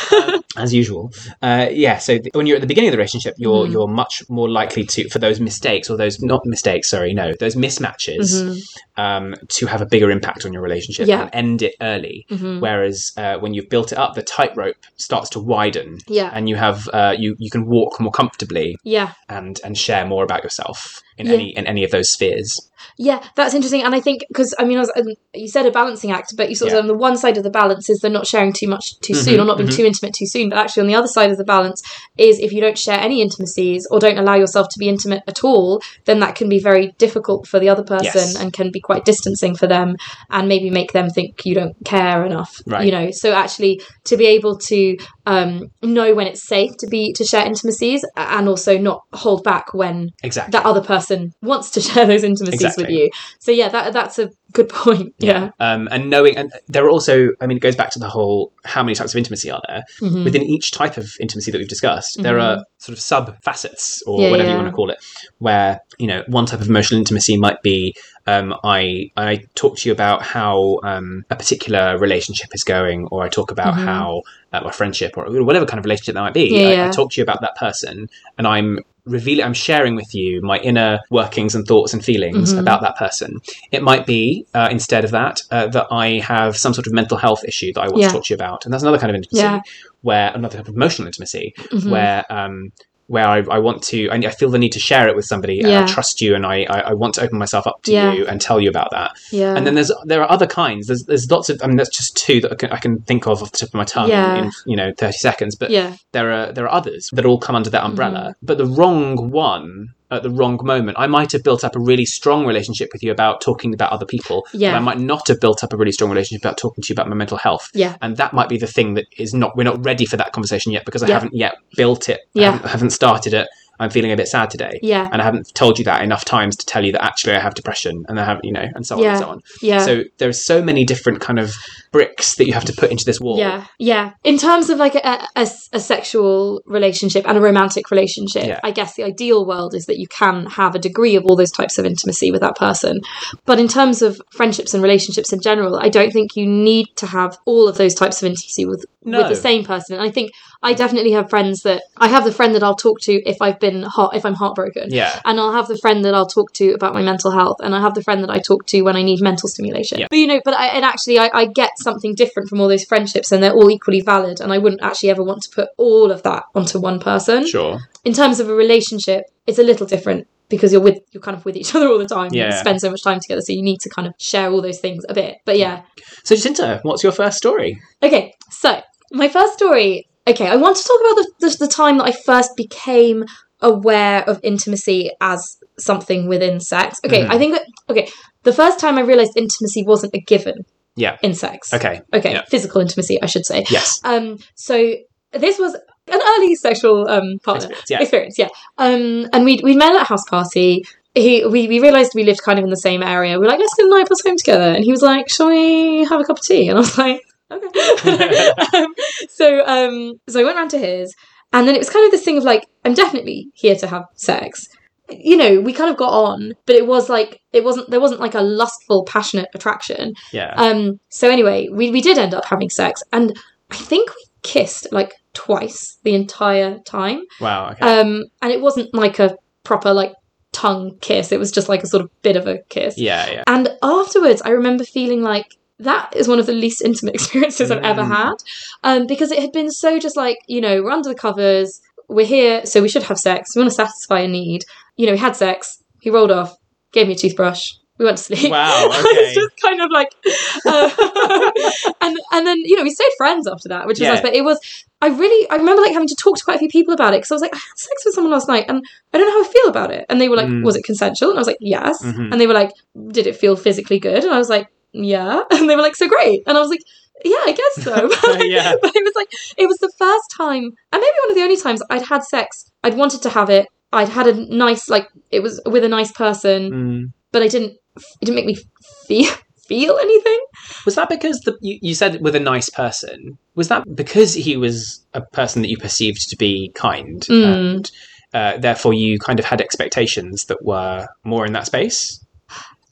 Speaker 1: as usual. Uh, yeah, so th- when you're at the beginning of the relationship, you're
Speaker 2: Mhm.
Speaker 1: you're much more likely to for those mistakes or those not mistakes, sorry, no, those mismatches
Speaker 2: Mhm.
Speaker 1: um, to have a bigger impact on your relationship
Speaker 2: Yeah.
Speaker 1: and end it early.
Speaker 2: Mhm.
Speaker 1: Whereas uh, when you've built it up, the tightrope starts to widen.
Speaker 2: Yeah.
Speaker 1: And you have uh, you you can walk more comfortably
Speaker 2: Yeah.
Speaker 1: and and share more about yourself in
Speaker 2: Yeah.
Speaker 1: any in any of those spheres.
Speaker 2: Yeah, that's interesting. And I think because I mean, I was, um, you said a balancing act, but you sort
Speaker 1: Yeah.
Speaker 2: of on the one side of the balance is the not sharing too much too
Speaker 1: Mhm,
Speaker 2: soon or not being
Speaker 1: mhm.
Speaker 2: too intimate too soon. But actually, on the other side of the balance is if you don't share any intimacies or don't allow yourself to be intimate at all, then that can be very difficult for the other person
Speaker 1: Yes.
Speaker 2: and can be quite distancing for them and maybe make them think you don't care enough.
Speaker 1: Right.
Speaker 2: You know, so actually to be able to um, know when it's safe to be to share intimacies a- and also not hold back when
Speaker 1: Exactly.
Speaker 2: that other person wants to share those intimacies with
Speaker 1: Exactly.
Speaker 2: you. So yeah, that that's a good point. Yeah.
Speaker 1: Um, and knowing, and there are also, I mean, it goes back to the whole how many types of intimacy are there?
Speaker 2: Mhm.
Speaker 1: within each type of intimacy that we've discussed, there
Speaker 2: Mhm.
Speaker 1: are sort of sub facets or
Speaker 2: Yeah,
Speaker 1: whatever you
Speaker 2: yeah.
Speaker 1: want to call it, where you know one type of emotional intimacy might be um, I I talk to you about how um, a particular relationship is going, or I talk about
Speaker 2: Mhm.
Speaker 1: how uh, a friendship or whatever kind of relationship that might be.
Speaker 2: Yeah,
Speaker 1: I, I
Speaker 2: yeah.
Speaker 1: talk to you about that person, and I'm revealing, I'm sharing with you my inner workings and thoughts and feelings
Speaker 2: Mhm.
Speaker 1: about that person. It might be uh, instead of that uh, that I have some sort of mental health issue that I want
Speaker 2: Yeah.
Speaker 1: to talk to you about, and that's another kind of intimacy
Speaker 2: Yeah.
Speaker 1: where another type of emotional intimacy
Speaker 2: Mhm.
Speaker 1: where um where I, I want to I, I feel the need to share it with somebody and
Speaker 2: Yeah.
Speaker 1: I trust you and I, I I want to open myself up to
Speaker 2: Yeah.
Speaker 1: you and tell you about that
Speaker 2: yeah.
Speaker 1: and then there's there are other kinds there's there's lots of I mean that's just two that I can, I can think of off the tip of my tongue
Speaker 2: Yeah.
Speaker 1: in you know 30 seconds but
Speaker 2: yeah.
Speaker 1: there are there are others that all come under that umbrella
Speaker 2: Mm-hmm.
Speaker 1: but the wrong one at the wrong moment I might have built up a really strong relationship with you about talking about other people
Speaker 2: Yeah.
Speaker 1: but I might not have built up a really strong relationship about talking to you about my mental health
Speaker 2: Yeah.
Speaker 1: and that might be the thing that is not we're not ready for that conversation yet because I
Speaker 2: Yeah.
Speaker 1: haven't yet built it I
Speaker 2: Yeah.
Speaker 1: haven't, I haven't started it I'm feeling a bit sad today
Speaker 2: Yeah.
Speaker 1: and I haven't told you that enough times to tell you that actually I have depression and I have you know and so on
Speaker 2: Yeah.
Speaker 1: and so on
Speaker 2: Yeah.
Speaker 1: so there are so many different kind of bricks that you have to put into this wall
Speaker 2: Yeah, yeah. In terms of like a, a- a s- a sexual relationship and a romantic relationship,
Speaker 1: Yeah.
Speaker 2: I guess the ideal world is that you can have a degree of all those types of intimacy with that person. But in terms of friendships and relationships in general, I don't think you need to have all of those types of intimacy with
Speaker 1: No.
Speaker 2: with the same person. And I think I definitely have friends that I have the friend that I'll talk to if I've been heart if I'm heartbroken.
Speaker 1: yeah
Speaker 2: And I'll have the friend that I'll talk to about my mental health, and I have the friend that I talk to when I need mental stimulation.
Speaker 1: Yeah.
Speaker 2: But you know, but I, and actually, I, I get something different from all those friendships, and they're all equally valid. And I wouldn't actually ever want to put all of that onto one person.
Speaker 1: sure
Speaker 2: In terms of a relationship, it's a little different because you're with you're kind of with each other all the time. You
Speaker 1: Yeah.
Speaker 2: spend so much time together, so you need to kind of share all those things a bit. But yeah,
Speaker 1: so Jacinta what's your first story
Speaker 2: Okay, so my first story. Okay, I want to talk about the, the, the time that I first became aware of intimacy as something within sex. Okay,
Speaker 1: Mhm.
Speaker 2: I think that, okay, the first time I realized intimacy wasn't a given
Speaker 1: Yeah.
Speaker 2: in sex.
Speaker 1: okay
Speaker 2: Okay,
Speaker 1: yeah.
Speaker 2: physical intimacy, I should say.
Speaker 1: yes
Speaker 2: Um, so this was an early sexual um, partner
Speaker 1: Experience, yeah
Speaker 2: experience, yeah. Um, and we we met at a house party. He, we, we realized we lived kind of in the same area. We were like, let's go to night bus home together. And he was like, shall we have a cup of tea? And I was like, okay. um, so um, so I went round to his, and then it was kind of this thing of like, I'm definitely here to have sex. you know, we kind of got on, but it was like it wasn't there wasn't like a lustful, passionate attraction.
Speaker 1: Yeah.
Speaker 2: Um so anyway, we we did end up having sex and I think we kissed like twice the entire time.
Speaker 1: wow. Okay.
Speaker 2: Um and it wasn't like a proper like tongue kiss. It was just like a sort of bit of a kiss.
Speaker 1: yeah. Yeah.
Speaker 2: And afterwards, I remember feeling like that is one of the least intimate experiences I've ever
Speaker 1: Mm.
Speaker 2: had um, because it had been so just like, you know, we're under the covers, we're here, so we should have sex, we want to satisfy a need. You know, we had sex, he rolled off, gave me a toothbrush. We went to sleep.
Speaker 1: Wow,
Speaker 2: I
Speaker 1: okay.
Speaker 2: was just kind of like, uh, and and then you know we stayed friends after that, which was
Speaker 1: Yeah.
Speaker 2: nice. But it was, I really, I remember like having to talk to quite a few people about it because I was like, I had sex with someone last night, and I don't know how I feel about it. And they were like,
Speaker 3: Mm.
Speaker 2: Was it consensual? And I was like, Yes.
Speaker 1: Mhm.
Speaker 2: And they were like, Did it feel physically good? And I was like, Yeah. And they were like, So great. And I was like, Yeah, I guess so. But, like,
Speaker 1: Yeah.
Speaker 2: but it was like, it was the first time, and maybe one of the only times I'd had sex. I'd wanted to have it. I'd had a nice, like, it was with a nice person,
Speaker 1: Mm.
Speaker 2: but I didn't, it didn't make me feel feel anything.
Speaker 1: Was that because the you, you said with a nice person? Was that because he was a person that you perceived to be kind,
Speaker 2: Mm.
Speaker 1: and uh, therefore you kind of had expectations that were more in that space?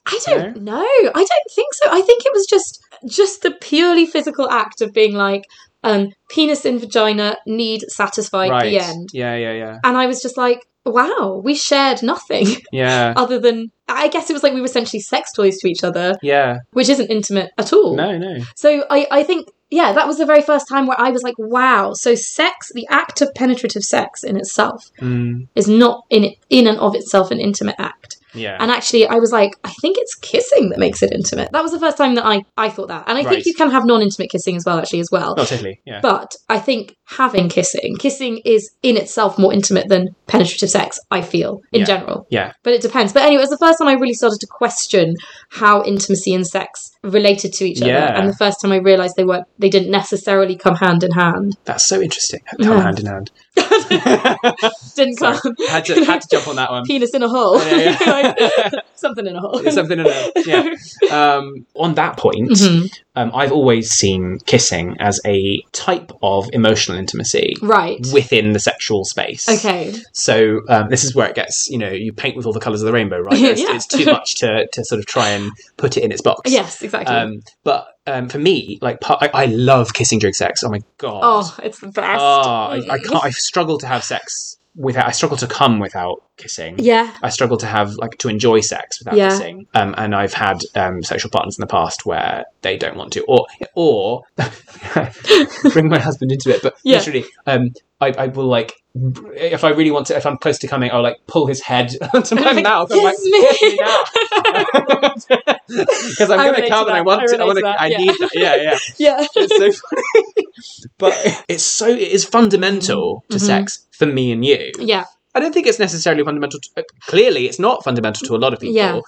Speaker 2: I don't know. I don't think so. I think it was just just the purely physical act of being like, um, penis in vagina, need satisfied.
Speaker 1: right.
Speaker 2: The end.
Speaker 1: Yeah. Yeah. Yeah.
Speaker 2: And I was just like, wow, we shared nothing
Speaker 1: Yeah.
Speaker 2: other than I guess it was like we were essentially sex toys to each other,
Speaker 1: Yeah.
Speaker 2: which isn't intimate at all.
Speaker 1: No. No.
Speaker 2: So I, I think yeah, that was the very first time where I was like, wow. So sex, the act of penetrative sex in itself,
Speaker 1: Mm.
Speaker 2: is not in in and of itself an intimate act.
Speaker 1: Yeah.
Speaker 2: And actually, I was like, I think it's kissing that makes it intimate. That was the first time that I, I thought that. And I
Speaker 1: Right.
Speaker 2: think you can have non intimate kissing as well, actually, as well.
Speaker 1: oh, totally. Yeah.
Speaker 2: But I think having kissing, kissing is in itself more intimate than penetrative sex, I feel, in
Speaker 1: Yeah.
Speaker 2: general.
Speaker 1: Yeah.
Speaker 2: But it depends. But anyway, it was the first time I really started to question how intimacy and sex related to each other.
Speaker 1: Yeah.
Speaker 2: And the first time I realized they weren't, they didn't necessarily come hand in hand.
Speaker 1: That's so interesting. Come
Speaker 2: Yeah.
Speaker 1: hand in hand.
Speaker 2: Didn't
Speaker 1: Sorry.
Speaker 2: come.
Speaker 1: had to had to jump on that one.
Speaker 2: Penis in a hole.
Speaker 1: Yeah, yeah.
Speaker 2: Like, something in a hole.
Speaker 1: Something in a, yeah. Um, on that point,
Speaker 2: Mhm.
Speaker 1: um, I've always seen kissing as a type of emotional intimacy
Speaker 2: Right.
Speaker 1: within the sexual space.
Speaker 2: Okay.
Speaker 1: So um, this is where it gets, you know, you paint with all the colours of the rainbow, right? It's,
Speaker 2: Yeah.
Speaker 1: it's too much to to sort of try and put it in its box.
Speaker 2: Yes, exactly.
Speaker 1: Um, but um, for me, like, part, I, I love kissing during sex. Oh my god.
Speaker 2: oh, it's the best.
Speaker 1: Ah, I, I
Speaker 2: Mm.
Speaker 1: can't. I struggle to have sex without. I struggle to come without kissing.
Speaker 2: Yeah.
Speaker 1: I struggle to have like to enjoy sex without
Speaker 2: Yeah.
Speaker 1: kissing. Um, and I've had um, sexual partners in the past where they don't want to, or or bring my husband into it. But
Speaker 2: Yeah.
Speaker 1: literally, um, I, I will like if I really want to, if I'm close to coming, I'll like pull his head onto my
Speaker 2: I'm like,
Speaker 1: mouth. I'm
Speaker 2: "Kiss
Speaker 1: like,
Speaker 2: me."
Speaker 1: "Kiss me now," because I'm
Speaker 2: I
Speaker 1: going
Speaker 2: relate
Speaker 1: to
Speaker 2: to
Speaker 1: come and I
Speaker 2: that.
Speaker 1: want
Speaker 2: I
Speaker 1: to. I
Speaker 2: relate
Speaker 1: want
Speaker 2: to
Speaker 1: to.
Speaker 2: that,
Speaker 1: I
Speaker 2: yeah.
Speaker 1: need that. Yeah, yeah
Speaker 2: Yeah.
Speaker 1: it's so funny. but it's so it is fundamental to
Speaker 2: Mhm.
Speaker 1: sex for me and you.
Speaker 2: Yeah.
Speaker 1: I don't think it's necessarily fundamental. To, uh, clearly, it's not fundamental to a lot of people.
Speaker 2: Yeah.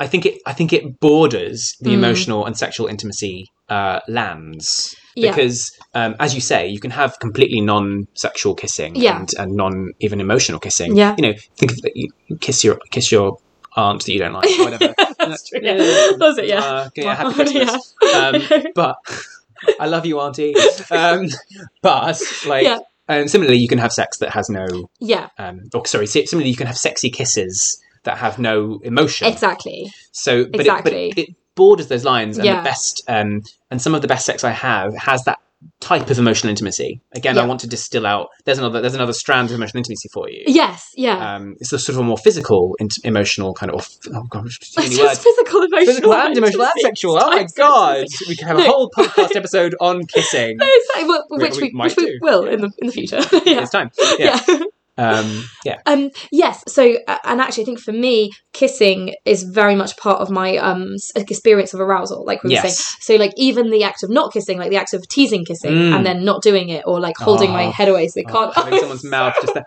Speaker 1: I think it. I think it borders the
Speaker 2: Mm.
Speaker 1: emotional and sexual intimacy uh, lands
Speaker 2: Yeah.
Speaker 1: because, um, as you say, you can have completely non-sexual kissing
Speaker 2: Yeah.
Speaker 1: and, and non even emotional kissing.
Speaker 2: Yeah.
Speaker 1: You know, think of that. You you kiss your kiss your aunt that you don't like, or whatever.
Speaker 2: That's true. Yeah. That was it, yeah.
Speaker 1: Uh, yeah, happy
Speaker 2: Yeah.
Speaker 1: Christmas um, but I love you, Auntie. Um, but like,
Speaker 2: Yeah.
Speaker 1: and similarly, you can have sex that has no.
Speaker 2: yeah.
Speaker 1: Um, or sorry, si- similarly, you can have sexy kisses that have no emotion.
Speaker 2: Exactly.
Speaker 1: So, but,
Speaker 2: Exactly.
Speaker 1: it, but it, it borders those lines, and
Speaker 2: Yeah.
Speaker 1: the best, um, and some of the best sex I have has that type of emotional intimacy. Again, I
Speaker 2: Yeah.
Speaker 1: want to distill out. There's another. There's another strand of emotional intimacy for you.
Speaker 2: Yes. Yeah.
Speaker 1: Um, it's a sort of a more physical, int- emotional kind of. Oh gosh, too
Speaker 2: It's
Speaker 1: many
Speaker 2: just
Speaker 1: words
Speaker 2: physical, emotional,
Speaker 1: physical and emotional and
Speaker 2: intimacy.
Speaker 1: sexual. Oh my
Speaker 2: Types of
Speaker 1: god,
Speaker 2: intimacy.
Speaker 1: we can have a
Speaker 2: No.
Speaker 1: whole podcast episode on kissing.
Speaker 2: Exactly. Well,
Speaker 1: We-
Speaker 2: Which
Speaker 1: we
Speaker 2: we,
Speaker 1: might do.
Speaker 2: which we will in the in the future. yeah.
Speaker 1: It's time. Yeah.
Speaker 2: Yeah.
Speaker 1: Um, yeah.
Speaker 2: Um. Yes. So, uh, and actually, I think for me, kissing is very much part of my um s- experience of arousal. Like we were saying,
Speaker 1: Yes.
Speaker 2: So like even the act of not kissing, like the act of teasing kissing
Speaker 1: Mm.
Speaker 2: and then not doing it or like holding my
Speaker 1: Oh.
Speaker 2: head away so they
Speaker 1: Oh,
Speaker 2: can't.
Speaker 1: having someone's mouth just there.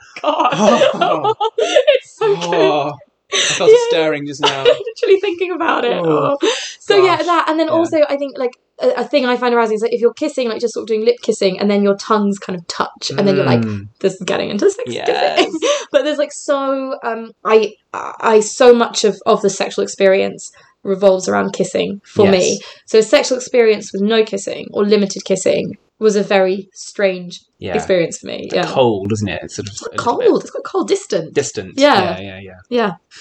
Speaker 2: God. it's so good.
Speaker 1: Oh, I felt
Speaker 2: Yeah.
Speaker 1: a stirring just now.
Speaker 2: I'm literally thinking about it.
Speaker 1: Oh,
Speaker 2: Oh. So yeah,
Speaker 1: gosh.
Speaker 2: that and then
Speaker 1: Yeah.
Speaker 2: also I think like a, a thing I find arousing is like if you're kissing, like just sort of doing lip kissing, and then your tongues kind of touch, and then you're like,
Speaker 3: Hmm.
Speaker 1: Mm.
Speaker 2: this is getting into sex
Speaker 1: Yes.
Speaker 2: kissing. but there's like so um, I I so much of of the sexual experience revolves around kissing for me.
Speaker 1: Yes.
Speaker 2: So a sexual experience with no kissing or limited kissing was a very strange
Speaker 1: Yeah.
Speaker 2: experience for me. Yeah.
Speaker 1: Cold, isn't it? It's sort of a little bit
Speaker 2: Cold. It's quite cold distant.
Speaker 1: Distant.
Speaker 2: Yeah.
Speaker 1: Yeah. Yeah. yeah.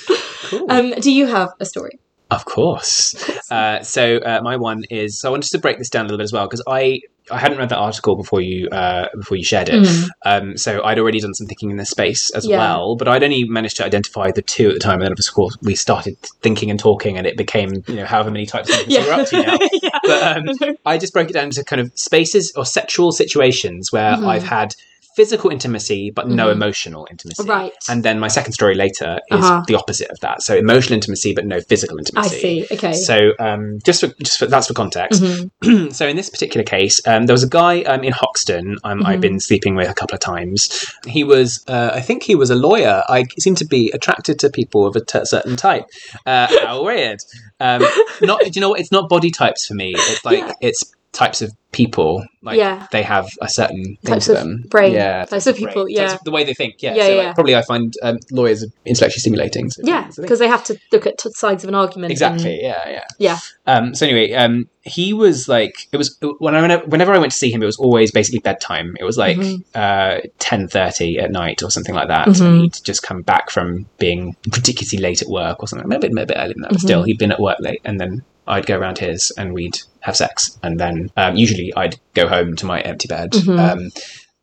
Speaker 2: Yeah.
Speaker 1: Cool.
Speaker 2: Um, do you have a story?
Speaker 1: Of course. Uh, so uh, my one is. So I wanted to break this down a little bit as well because I I hadn't read that article before you uh, before you shared it.
Speaker 2: Mm.
Speaker 1: Um, so I'd already done some thinking in this space as
Speaker 2: Yeah.
Speaker 1: well, but I'd only managed to identify the two at the time. And then of course we started thinking and talking, and it became you know however many types of things we're up to now.
Speaker 2: Yeah.
Speaker 1: But um, I just broke it down into kind of spaces or sexual situations where
Speaker 2: Mhm.
Speaker 1: I've had physical intimacy but no
Speaker 2: Mhm.
Speaker 1: emotional intimacy.
Speaker 2: Right.
Speaker 1: And then my second story later is
Speaker 2: Uh-huh.
Speaker 1: the opposite of that. So emotional intimacy but no physical
Speaker 2: I
Speaker 1: intimacy.
Speaker 2: see. Okay.
Speaker 1: So um, just for just for, that's for context.
Speaker 2: Mhm.
Speaker 1: Hmm, so in this particular case, um, there was a guy um, in Hoxton um, I've
Speaker 2: Mhm.
Speaker 1: been sleeping with a couple of times. He was, uh, I think he was a lawyer. I seem to be attracted to people of a t- certain type. Uh, how weird! Um, not, do you know what? It's not body types for me. It's like
Speaker 2: Yeah.
Speaker 1: it's types of people. Like
Speaker 2: Yeah.
Speaker 1: they have a certain thing
Speaker 2: Types
Speaker 1: to
Speaker 2: of
Speaker 1: them.
Speaker 2: brain.
Speaker 1: Yeah.
Speaker 2: Types of people.
Speaker 1: Brain.
Speaker 2: Yeah.
Speaker 1: Types of the way they think. Yeah.
Speaker 2: Yeah,
Speaker 1: so
Speaker 2: yeah.
Speaker 1: Like, probably I find um, lawyers intellectually stimulating. So
Speaker 2: Yeah,
Speaker 1: it's a thing.
Speaker 2: because they have to look at two sides of an argument.
Speaker 1: Exactly.
Speaker 2: and-
Speaker 1: Yeah, yeah,
Speaker 2: Yeah.
Speaker 1: Um, so anyway, um, he was like, it was when I whenever I went to see him, it was always basically bedtime. It was like
Speaker 2: Mhm.
Speaker 1: uh, ten thirty at night or something like that.
Speaker 2: Mhm.
Speaker 1: And he'd just come back from being ridiculously late at work or something. Maybe a bit early than that. but
Speaker 2: Mhm.
Speaker 1: Still, he'd been at work late, and then I'd go around his, and we'd have sex, and then um, usually I'd go home to my empty bed.
Speaker 2: Mhm.
Speaker 1: Um,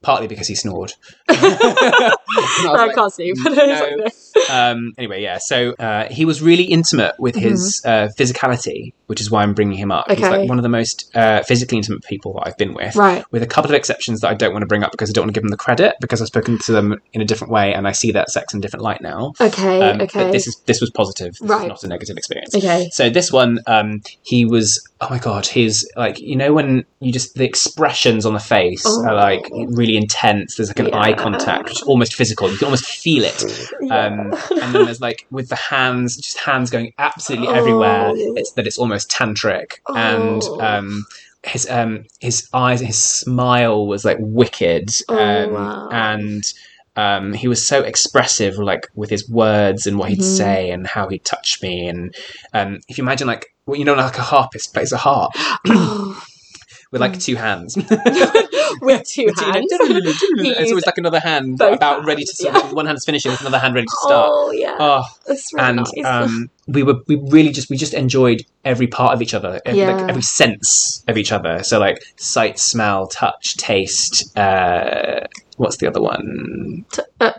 Speaker 1: partly because he snored. And I was
Speaker 2: No, I
Speaker 1: like,
Speaker 2: can't see. But
Speaker 1: no. um, anyway, yeah. So uh, he was really intimate with his uh, physicality, which is why I'm bringing him up. He's
Speaker 2: Mm-hmm. Okay.
Speaker 1: like one of the most uh, physically intimate people that I've been with.
Speaker 2: Right.
Speaker 1: With a couple of exceptions that I don't want to bring up because I don't want to give them the credit because I've spoken to them in a different way and I see that sex in a different light now.
Speaker 2: Okay.
Speaker 1: Um,
Speaker 2: okay.
Speaker 1: But this is this was positive. This
Speaker 2: Right.
Speaker 1: was not a negative experience.
Speaker 2: okay.
Speaker 1: So this one, um, he was. Oh my god, he's like you know when you just the expressions on the face are like
Speaker 2: Oh.
Speaker 1: really intense. There's like an eye contact, which is almost physical. You can almost feel it. Um, and then there's like with the hands, just hands going absolutely everywhere.
Speaker 2: Oh.
Speaker 1: It's that it's almost tantric, and
Speaker 2: Oh.
Speaker 1: um, his um, his eyes, his smile was like wicked,
Speaker 2: Oh,
Speaker 1: um,
Speaker 2: wow.
Speaker 1: and um, he was so expressive, like with his words and what he'd
Speaker 2: Mhm.
Speaker 1: say and how he'd touch me, and um, if you imagine like well, you know like a harpist plays a harp
Speaker 2: Oh.
Speaker 1: with like
Speaker 2: Mm.
Speaker 1: two hands.
Speaker 2: With two
Speaker 1: You know,
Speaker 2: hands.
Speaker 1: it's always like another hand
Speaker 2: both
Speaker 1: about ready to
Speaker 2: hands, yeah.
Speaker 1: one hand's finishing, with another hand ready to start.
Speaker 2: Oh yeah.
Speaker 1: Oh,
Speaker 2: That's really
Speaker 1: and
Speaker 2: nice.
Speaker 1: um, we were we really just we just enjoyed every part of each other, every,
Speaker 2: Yeah.
Speaker 1: like every sense of each other. So like sight, smell, touch, taste. Uh, what's the other one?
Speaker 2: F- uh,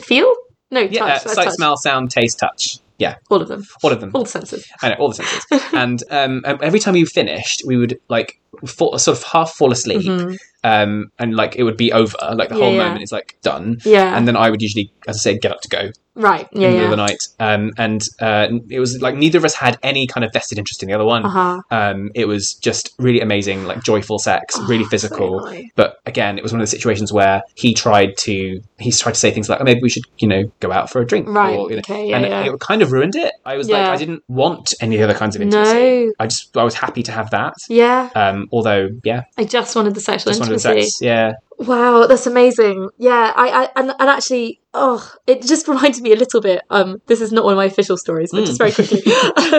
Speaker 2: feel? No,
Speaker 1: Yeah,
Speaker 2: touch.
Speaker 1: uh,
Speaker 2: that's
Speaker 1: sight,
Speaker 2: touch.
Speaker 1: smell, sound, taste, touch. Yeah,
Speaker 2: All of them.
Speaker 1: all of them.
Speaker 2: All the senses.
Speaker 1: I know all the senses. and um, um, every time we finished, we would like fall, sort of half fall asleep,
Speaker 2: Mhm.
Speaker 1: um, and like it would be over. Like the
Speaker 2: Yeah,
Speaker 1: whole
Speaker 2: yeah.
Speaker 1: moment is like done.
Speaker 2: Yeah.
Speaker 1: And then I would usually, as I said, get up to go.
Speaker 2: right.
Speaker 1: in the
Speaker 2: Yeah.
Speaker 1: middle
Speaker 2: Yeah.
Speaker 1: of the night. Um, and uh, it was like neither of us had any kind of vested interest in the other one.
Speaker 2: Uh huh.
Speaker 1: Um, it was just really amazing, like joyful sex,
Speaker 2: Oh,
Speaker 1: really physical. But again, it was one of the situations where he tried to he's tried to say things like, oh, maybe we should, you know, go out for a drink.
Speaker 2: Right.
Speaker 1: Or, you know,
Speaker 2: okay. Yeah.
Speaker 1: and
Speaker 2: yeah.
Speaker 1: it kind of ruined it. I was like,
Speaker 2: Yeah.
Speaker 1: I didn't want any other kinds of intimacy.
Speaker 2: no.
Speaker 1: I just I was happy to have that.
Speaker 2: Yeah.
Speaker 1: Um, although, yeah,
Speaker 2: I just wanted the sexual
Speaker 1: just wanted
Speaker 2: intimacy.
Speaker 1: sex. Yeah.
Speaker 2: Wow, that's amazing. Yeah, I, I and, and actually, oh, it just reminded me a little bit. Um, this is not one of my official stories, but just
Speaker 1: Mm.
Speaker 2: very quickly,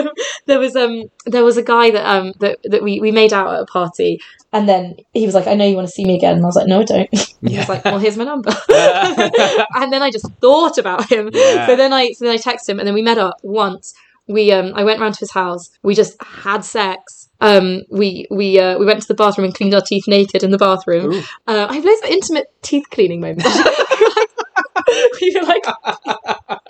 Speaker 2: um, there was um there was a guy that um that, that we we made out at a party, and then he was like, "I know you want to see me again," and I was like, "No, I don't." He was like, "Well, here's my number," and then I just thought about him.
Speaker 1: Yeah.
Speaker 2: So then I so then I texted him, and then we met up once. We um I went round to his house. We just had sex. Um, we we uh, we went to the bathroom and cleaned our teeth naked in the bathroom.
Speaker 1: Ooh.
Speaker 2: Uh, I have loads of intimate teeth cleaning moments. we were like,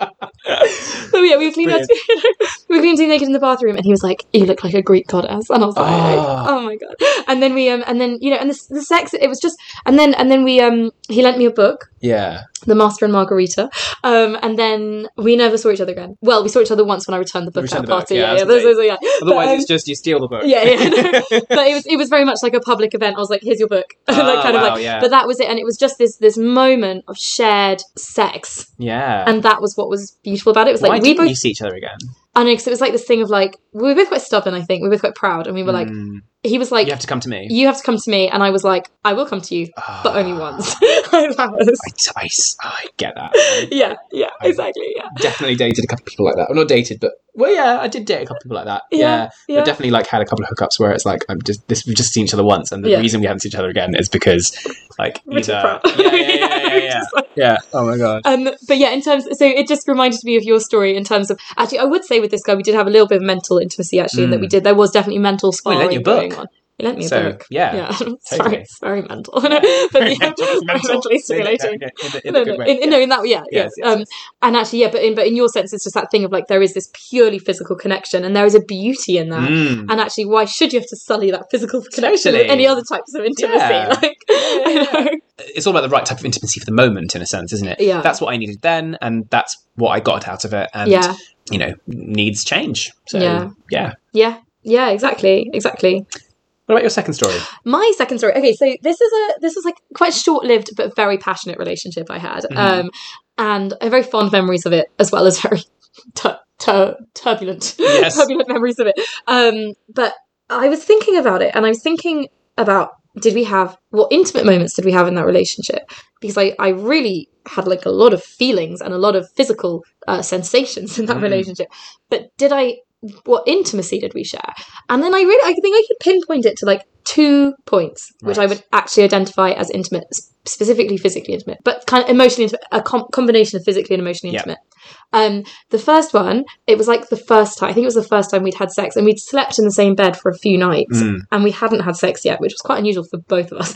Speaker 2: so yeah, we were cleaning our
Speaker 1: Brilliant.
Speaker 2: teeth. we were cleaning teeth naked in the bathroom, and he was like, "You look like a Greek goddess," and I was like,
Speaker 1: Ah.
Speaker 2: "Oh my god!" And then we um, and then you know, and the, the sex, it was just, and then and then we um, he lent me a book,
Speaker 1: yeah.
Speaker 2: The Master and Margarita, um, and then we never saw each other again. Well, we saw each other once when I returned the book at
Speaker 1: returned
Speaker 2: a
Speaker 1: the book,
Speaker 2: party.
Speaker 1: yeah,
Speaker 2: yeah,
Speaker 1: that's
Speaker 2: yeah,
Speaker 1: the
Speaker 2: those- those- yeah.
Speaker 1: Otherwise,
Speaker 2: um,
Speaker 1: it's just you steal the book.
Speaker 2: yeah, yeah, no. but it was it was very much like a public event. I was like, "Here's your book," like
Speaker 1: Oh,
Speaker 2: kind of
Speaker 1: wow,
Speaker 2: like.
Speaker 1: yeah.
Speaker 2: But that was it, and it was just this this moment of shared sex,
Speaker 1: yeah.
Speaker 2: and that was what was beautiful about it. It was like
Speaker 1: Why
Speaker 2: we
Speaker 1: didn't
Speaker 2: both,
Speaker 1: you see each other again?
Speaker 2: I know, because it was like this thing of like we were both quite stubborn. I think we were both quite proud, and we were like,
Speaker 1: Mm.
Speaker 2: he was like,
Speaker 1: you have to come to me.
Speaker 2: "You have to come to me," and I was like, "I will come to you, but only
Speaker 1: Ah,
Speaker 2: once." that was,
Speaker 1: I, I, I get that.
Speaker 2: yeah, yeah, exactly, yeah.
Speaker 1: Definitely dated a couple of people like that. Well, not dated, but Well, yeah, I did date a couple people like that. Yeah,
Speaker 2: Yeah, yeah.
Speaker 1: I definitely like had a couple of hookups where it's like I'm just this we've just seen each other once, and the
Speaker 2: Yeah.
Speaker 1: reason we haven't seen each other again is because like
Speaker 2: Richard
Speaker 1: either
Speaker 2: Pratt.
Speaker 1: yeah, yeah, yeah, yeah, yeah, yeah.
Speaker 2: Just like-
Speaker 1: yeah. Oh my god.
Speaker 2: Um, but yeah, in terms, so it just reminded me of your story in terms of actually, I would say with this guy, we did have a little bit of mental intimacy actually, in that we did. There was definitely mental
Speaker 1: Mm. Well,
Speaker 2: sparring
Speaker 1: he lent you a
Speaker 2: going
Speaker 1: book.
Speaker 2: on. He lent me a
Speaker 1: So,
Speaker 2: book.
Speaker 1: yeah,
Speaker 2: sorry,
Speaker 1: totally.
Speaker 2: it's very mental, but yeah, very mentally stimulating.
Speaker 1: In
Speaker 2: No,
Speaker 1: a
Speaker 2: no,
Speaker 1: good way.
Speaker 2: in, in, no, in that, yeah,
Speaker 1: Yeah.
Speaker 2: yes. Um, and actually, yeah, but in but in your sense, it's just that thing of like there is this purely physical connection, and there is a beauty in that.
Speaker 1: Mm.
Speaker 2: And actually, why should you have to sully that physical connection with
Speaker 1: Totally.
Speaker 2: any other types of intimacy?
Speaker 1: Yeah.
Speaker 2: Like, I know.
Speaker 1: It's all about the right type of intimacy for the moment, in a sense, isn't it?
Speaker 2: Yeah.
Speaker 1: That's what I needed then, and that's what I got out of it. And
Speaker 2: yeah,
Speaker 1: you know, needs change. So
Speaker 2: Yeah.
Speaker 1: yeah.
Speaker 2: yeah, yeah, exactly, exactly.
Speaker 1: What about your second story?
Speaker 2: my second story okay so this is a this was like quite a short-lived but very passionate relationship i had um and i have very fond memories of it as well as very tur- tur- turbulent
Speaker 1: Yes.
Speaker 2: turbulent memories of it um but i was thinking about it and i was thinking about did we have what intimate moments did we have in that relationship because i i really had like a lot of feelings and a lot of physical uh, sensations in that
Speaker 1: Mm.
Speaker 2: relationship but did i what intimacy did we share and then I really, I think I could pinpoint it to like two points, which I
Speaker 1: Right.
Speaker 2: would actually identify as intimate, s- specifically physically intimate, but kind of emotionally intimate, a com- combination of physically and emotionally
Speaker 1: Yeah.
Speaker 2: intimate. Um, the first one, it was like the first time, I think it was the first time we'd had sex and we'd slept in the same bed for a few nights
Speaker 1: Mm.
Speaker 2: and we hadn't had sex yet, which was quite unusual for both of us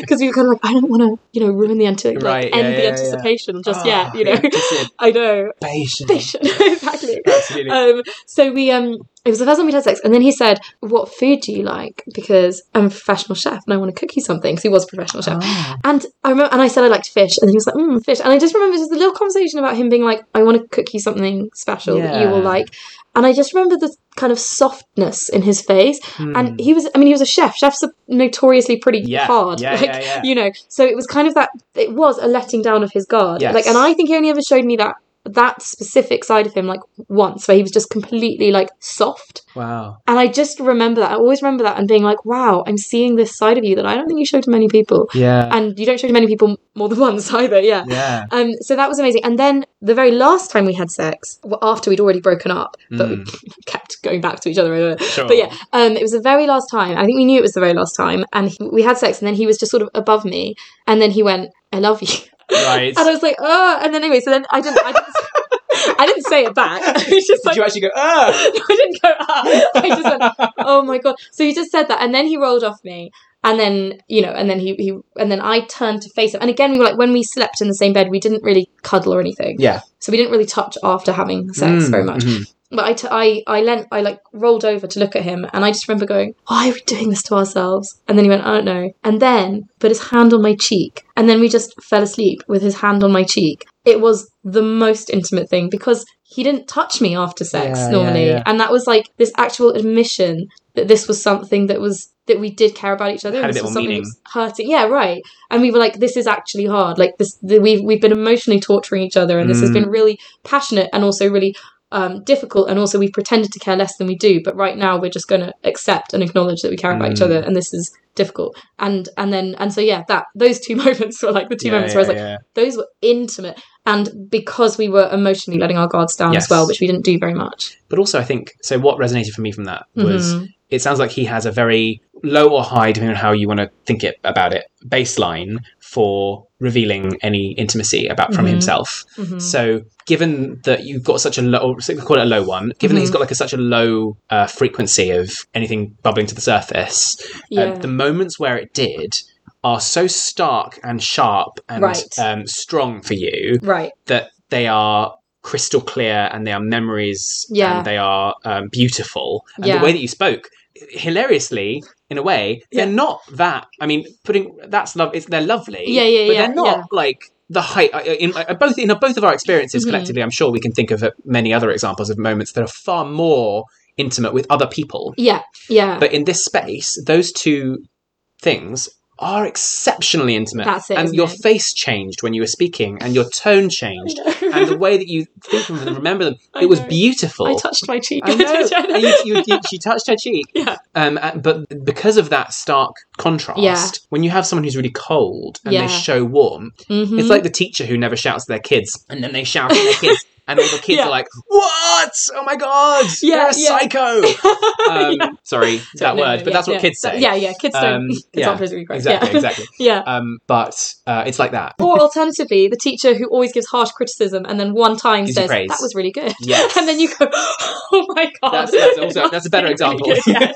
Speaker 2: because we were kind of like, I don't want to, you know, ruin the, anti- like,
Speaker 1: Right, yeah,
Speaker 2: end the
Speaker 1: yeah, yeah.
Speaker 2: anticipation just
Speaker 1: Ah,
Speaker 2: yet, you know.
Speaker 1: yeah, just the
Speaker 2: I know.
Speaker 1: patient.
Speaker 2: Fish. exactly
Speaker 1: Absolutely.
Speaker 2: um, so we um it was the first time we had sex and then he said what food do you like because i'm a professional chef and i want to cook you something because he was a professional chef
Speaker 1: Ah.
Speaker 2: and i remember and i said i liked fish and he was like mm, fish and i just remember just a little conversation about him being like i want to cook you something special that you will
Speaker 1: Yeah.
Speaker 2: like and i just remember the kind of softness in his face and
Speaker 1: Mm.
Speaker 2: he was i mean he was a chef chefs are notoriously pretty
Speaker 1: yeah.
Speaker 2: hard
Speaker 1: Yeah,
Speaker 2: like,
Speaker 1: yeah, yeah.
Speaker 2: you know so it was kind of that it was a letting down of his guard
Speaker 1: Yes.
Speaker 2: like and i think he only ever showed me that that specific side of him like once where he was just completely like soft
Speaker 1: Wow.
Speaker 2: and i just remember that i always remember that and being like wow i'm seeing this side of you that i don't think you show to many people
Speaker 1: Yeah.
Speaker 2: and you don't show to many people more than once either yeah
Speaker 1: Yeah.
Speaker 2: um, so that was amazing. And then the very last time we had sex, well, after we'd already broken up, but we kept going back to each other. uh,
Speaker 1: Mm. Sure.
Speaker 2: but yeah, um, it was the very last time. I think we knew it was the very last time, and he- we had sex, and then he was just sort of above me, and then he went, "I love you,"
Speaker 1: Right.
Speaker 2: and I was like, "Oh!" And then anyway, so then I didn't, I didn't, I didn't say it back. It's just
Speaker 1: Did
Speaker 2: like.
Speaker 1: you actually go, ah?
Speaker 2: I didn't go up. I just went, oh my god. So he just said that, and then he rolled off me, and then you know, and then he, he and then I turned to face him. And again, we were like, when we slept in the same bed, we didn't really cuddle or anything.
Speaker 1: Yeah.
Speaker 2: So we didn't really touch after having sex
Speaker 1: Mm,
Speaker 2: very much
Speaker 1: mhm.
Speaker 2: but I, t- I, I lent, I like rolled over to look at him, and I just remember going, "Why are we doing this to ourselves?" And then he went, "I don't know." And then put his hand on my cheek, and then we just fell asleep with his hand on my cheek. It was the most intimate thing because he didn't touch me after sex
Speaker 1: Yeah, yeah,
Speaker 2: normally,
Speaker 1: yeah.
Speaker 2: and that was like this actual admission that this was something that was that we did care about each other. and
Speaker 1: Had a
Speaker 2: this
Speaker 1: bit
Speaker 2: was
Speaker 1: more
Speaker 2: something that
Speaker 1: meaning.
Speaker 2: was hurting. Yeah, right. And we were like, "This is actually hard. Like this, the, we've we've been emotionally torturing each other, and this has
Speaker 1: Mm.
Speaker 2: been really passionate and also really um, difficult and also we pretended to care less than we do but right now we're just going to accept and acknowledge that we care about each
Speaker 1: Mm.
Speaker 2: other and this is difficult and and then and so yeah that those two moments were like the two
Speaker 1: Yeah,
Speaker 2: moments where i was
Speaker 1: yeah,
Speaker 2: like
Speaker 1: yeah.
Speaker 2: those were intimate and because we were emotionally letting our guards down as
Speaker 1: Yes.
Speaker 2: well which we didn't do very much
Speaker 1: But also, I think, so what resonated for me from that was
Speaker 2: Mhm.
Speaker 1: it sounds like he has a very low or high, depending on how you want to think it about it, baseline for revealing any intimacy about from
Speaker 2: Mhm.
Speaker 1: himself.
Speaker 2: Mhm.
Speaker 1: So, given that you've got such a low, or so we call it a low one, given that he's
Speaker 2: Mhm.
Speaker 1: got like a, such a low uh, frequency of anything bubbling to the surface,
Speaker 2: yeah
Speaker 1: uh, the moments where it did are so stark and sharp and
Speaker 2: Right.
Speaker 1: um, strong for you
Speaker 2: right
Speaker 1: that they are crystal clear and they are memories
Speaker 2: Yeah.
Speaker 1: and they are um, beautiful. And
Speaker 2: Yeah.
Speaker 1: the way that you spoke, hilariously, in a way,
Speaker 2: Yeah.
Speaker 1: they're not that. I mean, putting that's love. It's they're lovely.
Speaker 2: Yeah, yeah,
Speaker 1: But
Speaker 2: yeah,
Speaker 1: they're not like the height. I- In I- both in both of our experiences
Speaker 2: Mhm.
Speaker 1: collectively, I'm sure we can think of uh, many other examples of moments that are far more intimate with other people.
Speaker 2: yeah yeah
Speaker 1: But in this space, those two things are exceptionally intimate.
Speaker 2: That's it,
Speaker 1: And
Speaker 2: isn't
Speaker 1: your
Speaker 2: it?
Speaker 1: face changed when you were speaking, and your tone changed, and the way that you think of them, remember them,
Speaker 2: I
Speaker 1: it was
Speaker 2: know.
Speaker 1: beautiful.
Speaker 2: i touched my cheek
Speaker 1: I know. And you, you, you- she touched her cheek.
Speaker 2: Yeah.
Speaker 1: Um, and- but because of that stark contrast,
Speaker 2: Yeah.
Speaker 1: when you have someone who's really cold and
Speaker 2: Yeah.
Speaker 1: they show warmth,
Speaker 2: Mhm.
Speaker 1: it's like the teacher who never shouts at their kids, and then they shout at their kids, and all the kids
Speaker 2: Yeah.
Speaker 1: are like, "What? Oh my god!
Speaker 2: Yeah,
Speaker 1: you're a
Speaker 2: yeah.
Speaker 1: psycho!" Um, Sorry, that
Speaker 2: No, no,
Speaker 1: word,
Speaker 2: no,
Speaker 1: but
Speaker 2: yeah,
Speaker 1: that's what
Speaker 2: yeah.
Speaker 1: kids say.
Speaker 2: Yeah, yeah, kids don't.
Speaker 1: Um,
Speaker 2: kids
Speaker 1: yeah,
Speaker 2: aren't politically correct.
Speaker 1: exactly,
Speaker 2: yeah.
Speaker 1: exactly.
Speaker 2: yeah.
Speaker 1: Um, but uh, it's like that.
Speaker 2: Or alternatively, the teacher who always gives harsh criticism and then one time
Speaker 1: Gives you
Speaker 2: says,
Speaker 1: praise.
Speaker 2: "That was really good,"
Speaker 1: Yes.
Speaker 2: and then you go, "Oh my god!"
Speaker 1: That's, that's also that's a better
Speaker 2: really
Speaker 1: example.
Speaker 2: good, yeah.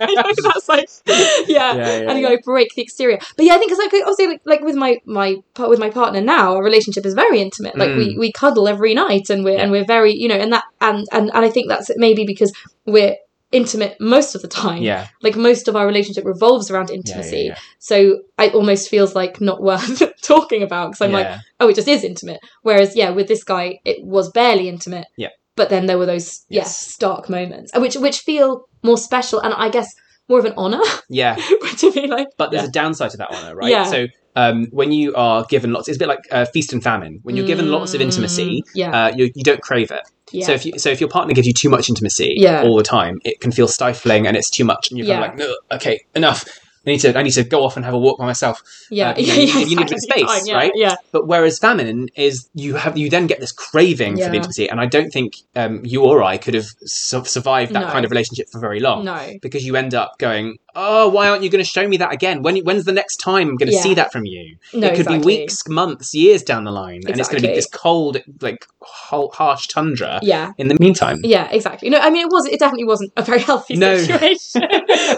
Speaker 2: I think that's like, yeah.
Speaker 1: Yeah, yeah.
Speaker 2: And you go break the exterior, but yeah, I think it's like obviously like, like with my my par- with my partner now, our relationship is very intimate. Like
Speaker 1: Mm.
Speaker 2: we we cuddle every night, and we're and we're very you know, and that and and and I think that's it maybe because we're intimate most of the time.
Speaker 1: yeah,
Speaker 2: Like most of our relationship revolves around
Speaker 1: yeah,
Speaker 2: intimacy.
Speaker 1: yeah, yeah.
Speaker 2: So it almost feels like not worth talking about because I'm like,
Speaker 1: Yeah.
Speaker 2: oh, it just is intimate. Whereas, yeah, with this guy, it was barely intimate.
Speaker 1: Yeah.
Speaker 2: But then there were those yes,
Speaker 1: Yes.
Speaker 2: stark moments, uh, which which feel more special and I guess more of an honor
Speaker 1: yeah.
Speaker 2: to be like.
Speaker 1: But there's
Speaker 2: yeah.
Speaker 1: a downside to that honor, right?
Speaker 2: Yeah.
Speaker 1: So um, when you are given lots, it's a bit like uh, feast and famine. When you're given lots of intimacy,
Speaker 2: Mm, Yeah.
Speaker 1: uh, you, you don't crave it.
Speaker 2: yeah.
Speaker 1: So if you, so if your partner gives you too much intimacy
Speaker 2: Yeah.
Speaker 1: all the time, it can feel stifling and it's too much, and you're kind
Speaker 2: Yeah.
Speaker 1: of like, no, okay, enough. I need to I need to go off and have a walk by myself.
Speaker 2: yeah.
Speaker 1: uh, you know,
Speaker 2: yeah,
Speaker 1: you need a bit of
Speaker 2: exactly.
Speaker 1: space,
Speaker 2: Fine, yeah,
Speaker 1: right?
Speaker 2: Yeah.
Speaker 1: But whereas famine is you have you then get this craving for
Speaker 2: Yeah.
Speaker 1: the intimacy, and I don't think um, you or I could have su- survived that
Speaker 2: No.
Speaker 1: kind of relationship for very long
Speaker 2: No.
Speaker 1: because you end up going, oh, why aren't you going to show me that again? When when's the next time I'm going to
Speaker 2: Yeah.
Speaker 1: see that from you?
Speaker 2: No.
Speaker 1: it could
Speaker 2: exactly.
Speaker 1: be weeks, months, years down the line, and it's going to
Speaker 2: Exactly.
Speaker 1: be this cold, like ho- harsh tundra.
Speaker 2: Yeah.
Speaker 1: In the meantime,
Speaker 2: Yeah, exactly. No, I mean, it was. It definitely wasn't a very healthy
Speaker 1: No.
Speaker 2: situation.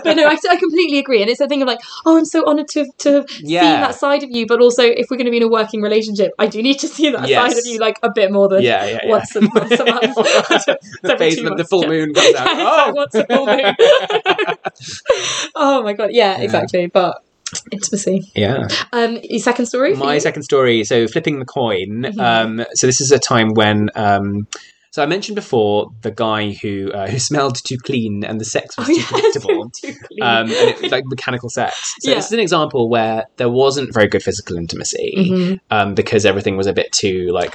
Speaker 2: but no, I, I completely agree. And it's a thing of like, oh, I'm so honoured to have- to have seen
Speaker 1: yeah,
Speaker 2: that side of you. But also, if we're going to be in a working relationship, I do need to see that
Speaker 1: Yes.
Speaker 2: side of you like a bit more than
Speaker 1: yeah, yeah, yeah.
Speaker 2: once, a, once a month.
Speaker 1: the
Speaker 2: every
Speaker 1: phase
Speaker 2: two
Speaker 1: when the
Speaker 2: months,
Speaker 1: full
Speaker 2: yeah.
Speaker 1: moon comes out.
Speaker 2: Yeah,
Speaker 1: oh,
Speaker 2: it's like once a full moon. oh my god! Yeah,
Speaker 1: Yeah.
Speaker 2: exactly. But intimacy.
Speaker 1: yeah.
Speaker 2: Um, your second story. for
Speaker 1: My
Speaker 2: you?
Speaker 1: second story. So flipping the coin.
Speaker 2: Mhm.
Speaker 1: Um, so this is a time when. Um, so I mentioned before the guy who uh, who smelled too clean and the sex was
Speaker 2: Oh,
Speaker 1: too
Speaker 2: yes,
Speaker 1: predictable.
Speaker 2: too clean.
Speaker 1: Um, and it was like mechanical sex. So
Speaker 2: Yeah.
Speaker 1: this is an example where there wasn't very good physical intimacy.
Speaker 2: Mhm.
Speaker 1: um, because everything was a bit too like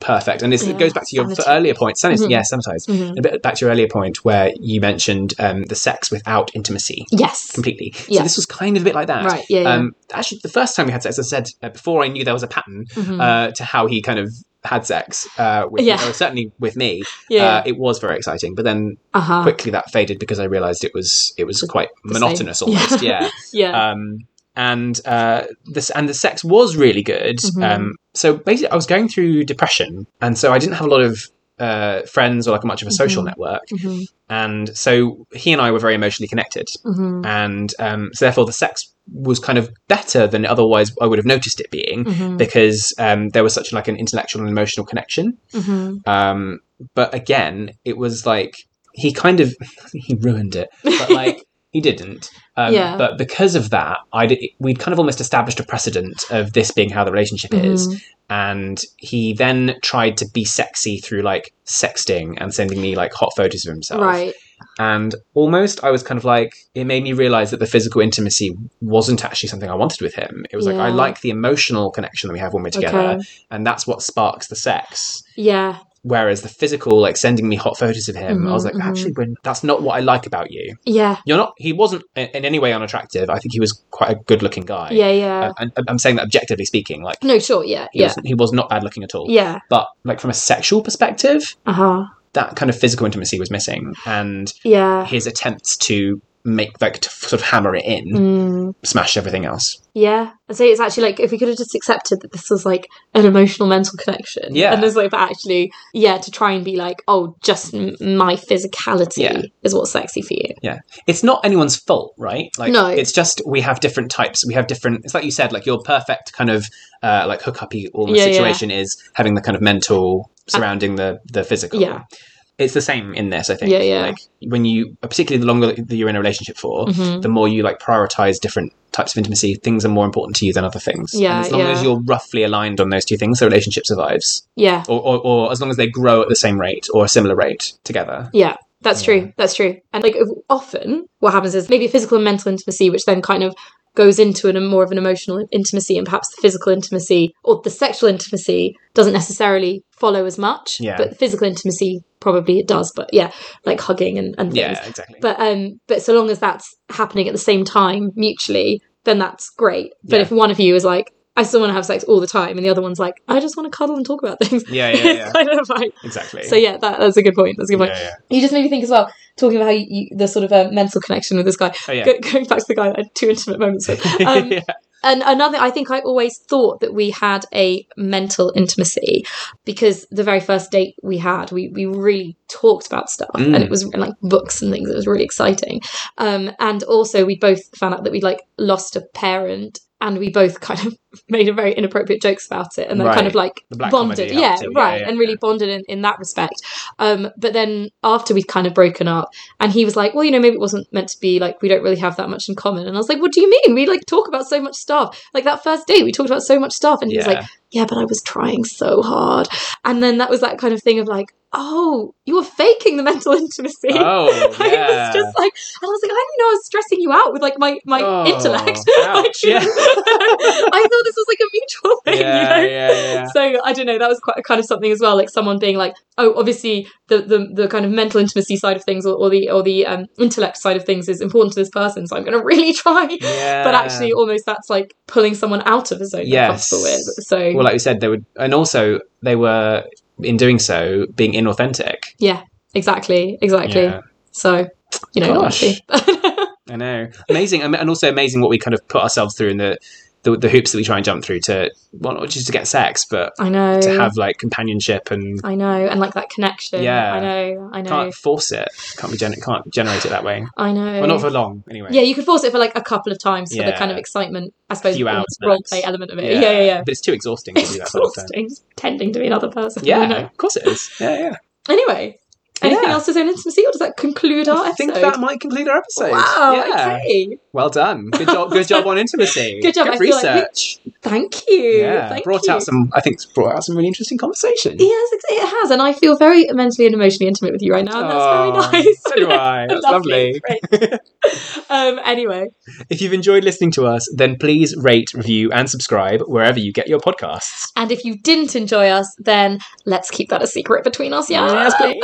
Speaker 1: perfect. And it's,
Speaker 2: Yeah,
Speaker 1: it goes back to your f-
Speaker 2: sanitized.
Speaker 1: earlier point. Sanit-
Speaker 2: Mhm.
Speaker 1: Yeah, sanitized.
Speaker 2: Mhm.
Speaker 1: A bit back to your earlier point where you mentioned um, the sex without intimacy
Speaker 2: Yes.
Speaker 1: completely. So
Speaker 2: Yeah.
Speaker 1: this was kind of a bit like that.
Speaker 2: Right. Yeah. yeah.
Speaker 1: Um, actually, the first time we had sex, I said uh, before I knew there was a pattern
Speaker 2: Mhm.
Speaker 1: uh, to how he kind of had sex. Uh, with
Speaker 2: Yeah.
Speaker 1: uh, certainly with me, uh,
Speaker 2: yeah.
Speaker 1: it was very exciting. But then
Speaker 2: uh-huh.
Speaker 1: quickly that faded because I realised it was it was
Speaker 2: The-
Speaker 1: quite
Speaker 2: same.
Speaker 1: monotonous
Speaker 2: Yeah.
Speaker 1: almost. yeah
Speaker 2: Yeah.
Speaker 1: um, and uh, this and the sex was really good.
Speaker 2: Mhm.
Speaker 1: Um, so basically, I was going through depression, and so I didn't have a lot of uh, friends or like much of a social
Speaker 2: Mhm.
Speaker 1: network.
Speaker 2: Mhm.
Speaker 1: And so he and I were very emotionally connected,
Speaker 2: Mhm.
Speaker 1: and um, so therefore the sex was kind of better than otherwise I would have noticed it being
Speaker 2: Mhm.
Speaker 1: because um, there was such like an intellectual and emotional connection.
Speaker 2: Mhm.
Speaker 1: Um, but again, it was like he kind of he ruined it, but like he didn't. Um,
Speaker 2: Yeah.
Speaker 1: But because of that, I did, we'd kind of almost established a precedent of this being how the relationship is,
Speaker 2: Mhm.
Speaker 1: and he then tried to be sexy through like sexting and sending me like hot photos of himself,
Speaker 2: Right.
Speaker 1: and almost I was kind of like it made me realize that the physical intimacy wasn't actually something I wanted with him. It was like I
Speaker 2: Yeah.
Speaker 1: like the emotional connection that we have when we're together,
Speaker 2: Okay.
Speaker 1: and that's what sparks the sex
Speaker 2: Yeah.
Speaker 1: whereas the physical like sending me hot photos of him i was
Speaker 2: Mhm,
Speaker 1: like
Speaker 2: mhm.
Speaker 1: actually we're- that's not what i like about you
Speaker 2: Yeah.
Speaker 1: you're not he wasn't in, in any way unattractive i think he was quite a good looking guy
Speaker 2: Yeah. Yeah.
Speaker 1: Uh, and and i'm saying that objectively speaking like
Speaker 2: No, sure, yeah,
Speaker 1: he,
Speaker 2: yeah,
Speaker 1: was, he was not bad looking at all
Speaker 2: yeah.
Speaker 1: but like from a sexual perspective
Speaker 2: Uh huh.
Speaker 1: that kind of physical intimacy was missing and
Speaker 2: Yeah.
Speaker 1: his attempts to make like to sort of hammer it in
Speaker 2: Mm,
Speaker 1: smashed everything else
Speaker 2: yeah. I'd say it's actually like if we could have just accepted that this was like an emotional mental connection.
Speaker 1: Yeah.
Speaker 2: And there's like, but actually, yeah, to try and be like, oh, just m- my physicality
Speaker 1: Yeah.
Speaker 2: is what's sexy for you.
Speaker 1: it's not anyone's fault, right? Like,
Speaker 2: No.
Speaker 1: it's just we have different types. We have different. It's like you said, like your perfect kind of uh, like hookup-y almost
Speaker 2: Yeah, yeah.
Speaker 1: situation is having the kind of mental surrounding the the physical.
Speaker 2: Yeah.
Speaker 1: it's the same in this. I think.
Speaker 2: Yeah, yeah.
Speaker 1: Like when you, particularly the longer that you're in a relationship for,
Speaker 2: Mhm.
Speaker 1: the more you like prioritize different types of intimacy. Things are more important to you than other things.
Speaker 2: Yeah,
Speaker 1: And as long
Speaker 2: yeah.
Speaker 1: as you're roughly aligned on those two things, the relationship survives,
Speaker 2: Yeah.
Speaker 1: or, or or as long as they grow at the same rate or a similar rate together.
Speaker 2: Yeah. That's
Speaker 1: Yeah.
Speaker 2: true. That's true. And like often, what happens is maybe physical and mental intimacy, which then kind of goes into an, a more of an emotional intimacy, and perhaps the physical intimacy or the sexual intimacy doesn't necessarily follow as much.
Speaker 1: Yeah.
Speaker 2: But physical intimacy probably it does. But yeah, like hugging and, and things.
Speaker 1: Yeah, exactly.
Speaker 2: But um, but so long as that's happening at the same time mutually, then that's great. But
Speaker 1: Yeah.
Speaker 2: if one of you is like, I still want to have sex all the time, and the other one's like, I just want to cuddle and talk about things.
Speaker 1: Yeah, yeah,
Speaker 2: It's
Speaker 1: yeah.
Speaker 2: kind of like-
Speaker 1: exactly.
Speaker 2: so yeah, that, that's a good point. That's a good point.
Speaker 1: Yeah, yeah.
Speaker 2: You just made me think as well, talking about how you, you, the sort of uh, mental connection with this guy.
Speaker 1: Oh, yeah.
Speaker 2: Go, going back to the guy that I had two intimate moments with. Um,
Speaker 1: yeah.
Speaker 2: And another, I think I always thought that we had a mental intimacy because the very first date we had, we, we really talked about stuff
Speaker 1: Mm.
Speaker 2: and it was like books and things. It was really exciting. Um, and also, we both found out that we'd like lost a parent and we both kind of made a very inappropriate jokes about it and then kind of like
Speaker 1: The black
Speaker 2: bonded.
Speaker 1: comedy
Speaker 2: Yeah,
Speaker 1: helped it. Yeah,
Speaker 2: right.
Speaker 1: yeah,
Speaker 2: and really bonded in, in that respect. Um, but then after we'd kind of broken up, and he was like, well, you know, maybe it wasn't meant to be like we don't really have that much in common. And I was like, what do you mean? We like talk about so much stuff. Like that first date, we talked about so much stuff. And he was
Speaker 1: Yeah.
Speaker 2: like, yeah, but I was trying so hard. And then that was that kind of thing of like, oh, you were faking the mental intimacy.
Speaker 1: Oh,
Speaker 2: I
Speaker 1: yeah.
Speaker 2: was just like, and I was like, I didn't know I was stressing you out with like my my
Speaker 1: Oh,
Speaker 2: intellect.
Speaker 1: ouch.
Speaker 2: Like, you know,
Speaker 1: Yeah.
Speaker 2: I thought this was like a mutual thing, you
Speaker 1: yeah,
Speaker 2: know.
Speaker 1: yeah, yeah.
Speaker 2: So I don't know. That was quite kind of something as well, like someone being like, "Oh, obviously the the, the kind of mental intimacy side of things, or, or the or the um, intellect side of things, is important to this person, so I'm going to really try."
Speaker 1: Yeah.
Speaker 2: But actually, almost that's like pulling someone out of a zone they're
Speaker 1: Yes.
Speaker 2: comfortable with. So
Speaker 1: well, like we said, they would, and also they were in doing so being inauthentic.
Speaker 2: exactly, exactly.
Speaker 1: Yeah.
Speaker 2: So you know, not
Speaker 1: Gosh.
Speaker 2: happy.
Speaker 1: I know, amazing, Am- and also amazing what we kind of put ourselves through and the, the the hoops that we try and jump through to, well, not just to get sex, but
Speaker 2: I know.
Speaker 1: to have like companionship and
Speaker 2: I know, and like that connection.
Speaker 1: Yeah.
Speaker 2: I know. I know.
Speaker 1: can't force it, can't be gen- can't generate it that way.
Speaker 2: I know.
Speaker 1: Well, not for long, anyway.
Speaker 2: yeah, you could force it for like a couple of times for the
Speaker 1: Yeah.
Speaker 2: kind of excitement, I suppose,
Speaker 1: Few
Speaker 2: almost role
Speaker 1: outlets.
Speaker 2: play element of it. yeah, yeah. yeah.
Speaker 1: But it's too exhausting to
Speaker 2: It's
Speaker 1: do that sort of thing.
Speaker 2: exhausting, just pretending to be another person. I
Speaker 1: Yeah,
Speaker 2: know.
Speaker 1: of course it is. Yeah, yeah.
Speaker 2: Anyway, anything
Speaker 1: Yeah.
Speaker 2: else to say on intimacy, or does that conclude our
Speaker 1: I
Speaker 2: episode?
Speaker 1: think that might complete our episode.
Speaker 2: Wow.
Speaker 1: Yeah.
Speaker 2: Okay.
Speaker 1: Well done. Good job. Good job on intimacy.
Speaker 2: Good job. I feel like we-
Speaker 1: research.
Speaker 2: Thank you.
Speaker 1: yeah.
Speaker 2: Thank
Speaker 1: brought
Speaker 2: you.
Speaker 1: out some. I think it's brought out some really interesting conversation.
Speaker 2: Yes, it- it has, and I feel very mentally and emotionally intimate with you right now, and
Speaker 1: Oh,
Speaker 2: that's very nice.
Speaker 1: So do I. That's lovely.
Speaker 2: Great. um. Anyway,
Speaker 1: If you've enjoyed listening to us, then please rate, review, and subscribe wherever you get your podcasts.
Speaker 2: and if you didn't enjoy us, then let's keep that a secret between us. Yeah.
Speaker 1: Yes,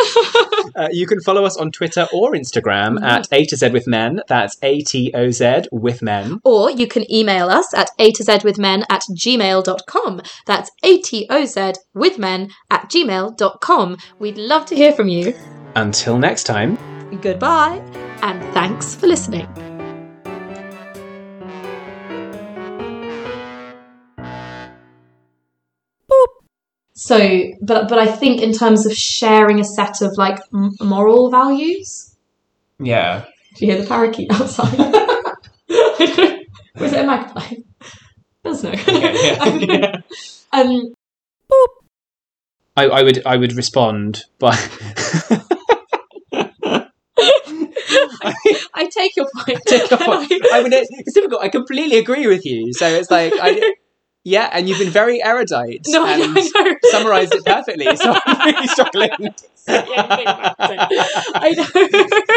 Speaker 1: Uh, you can follow us on Twitter or Instagram at A to Z with Men. That's A T O Z with Men.
Speaker 2: Or you can email us at a to z with men at gmail.com. That's a t o z with men at gmail.com. We'd love to hear from you.
Speaker 1: Until next time.
Speaker 2: Goodbye, and thanks for listening. So, but but I think in terms of sharing a set of like m- moral values.
Speaker 1: Yeah.
Speaker 2: Do you hear the parakeet outside? Was it a magpie? That's no. um,
Speaker 1: I, I would I would respond by
Speaker 2: um, I take your point.
Speaker 1: I mean, it's, it's difficult. I completely agree with you. So it's like, I, yeah, and you've been very erudite
Speaker 2: no, I,
Speaker 1: and
Speaker 2: I know.
Speaker 1: summarised it perfectly. So I'm really struggling.
Speaker 2: Yeah,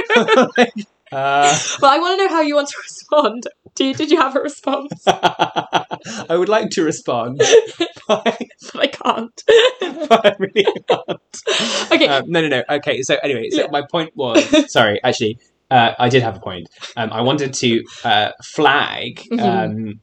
Speaker 2: I know.
Speaker 1: Uh,
Speaker 2: but I want to know how you want to respond. Do you, did you have a response?
Speaker 1: I would like to respond, but
Speaker 2: But I can't.
Speaker 1: I really
Speaker 2: Okay.
Speaker 1: Um, no, no, no. Okay, so anyway, so
Speaker 2: Yeah.
Speaker 1: my point was sorry,
Speaker 2: Mm-hmm.
Speaker 1: actually, uh, I did have a point. Um, I wanted to uh, flag um,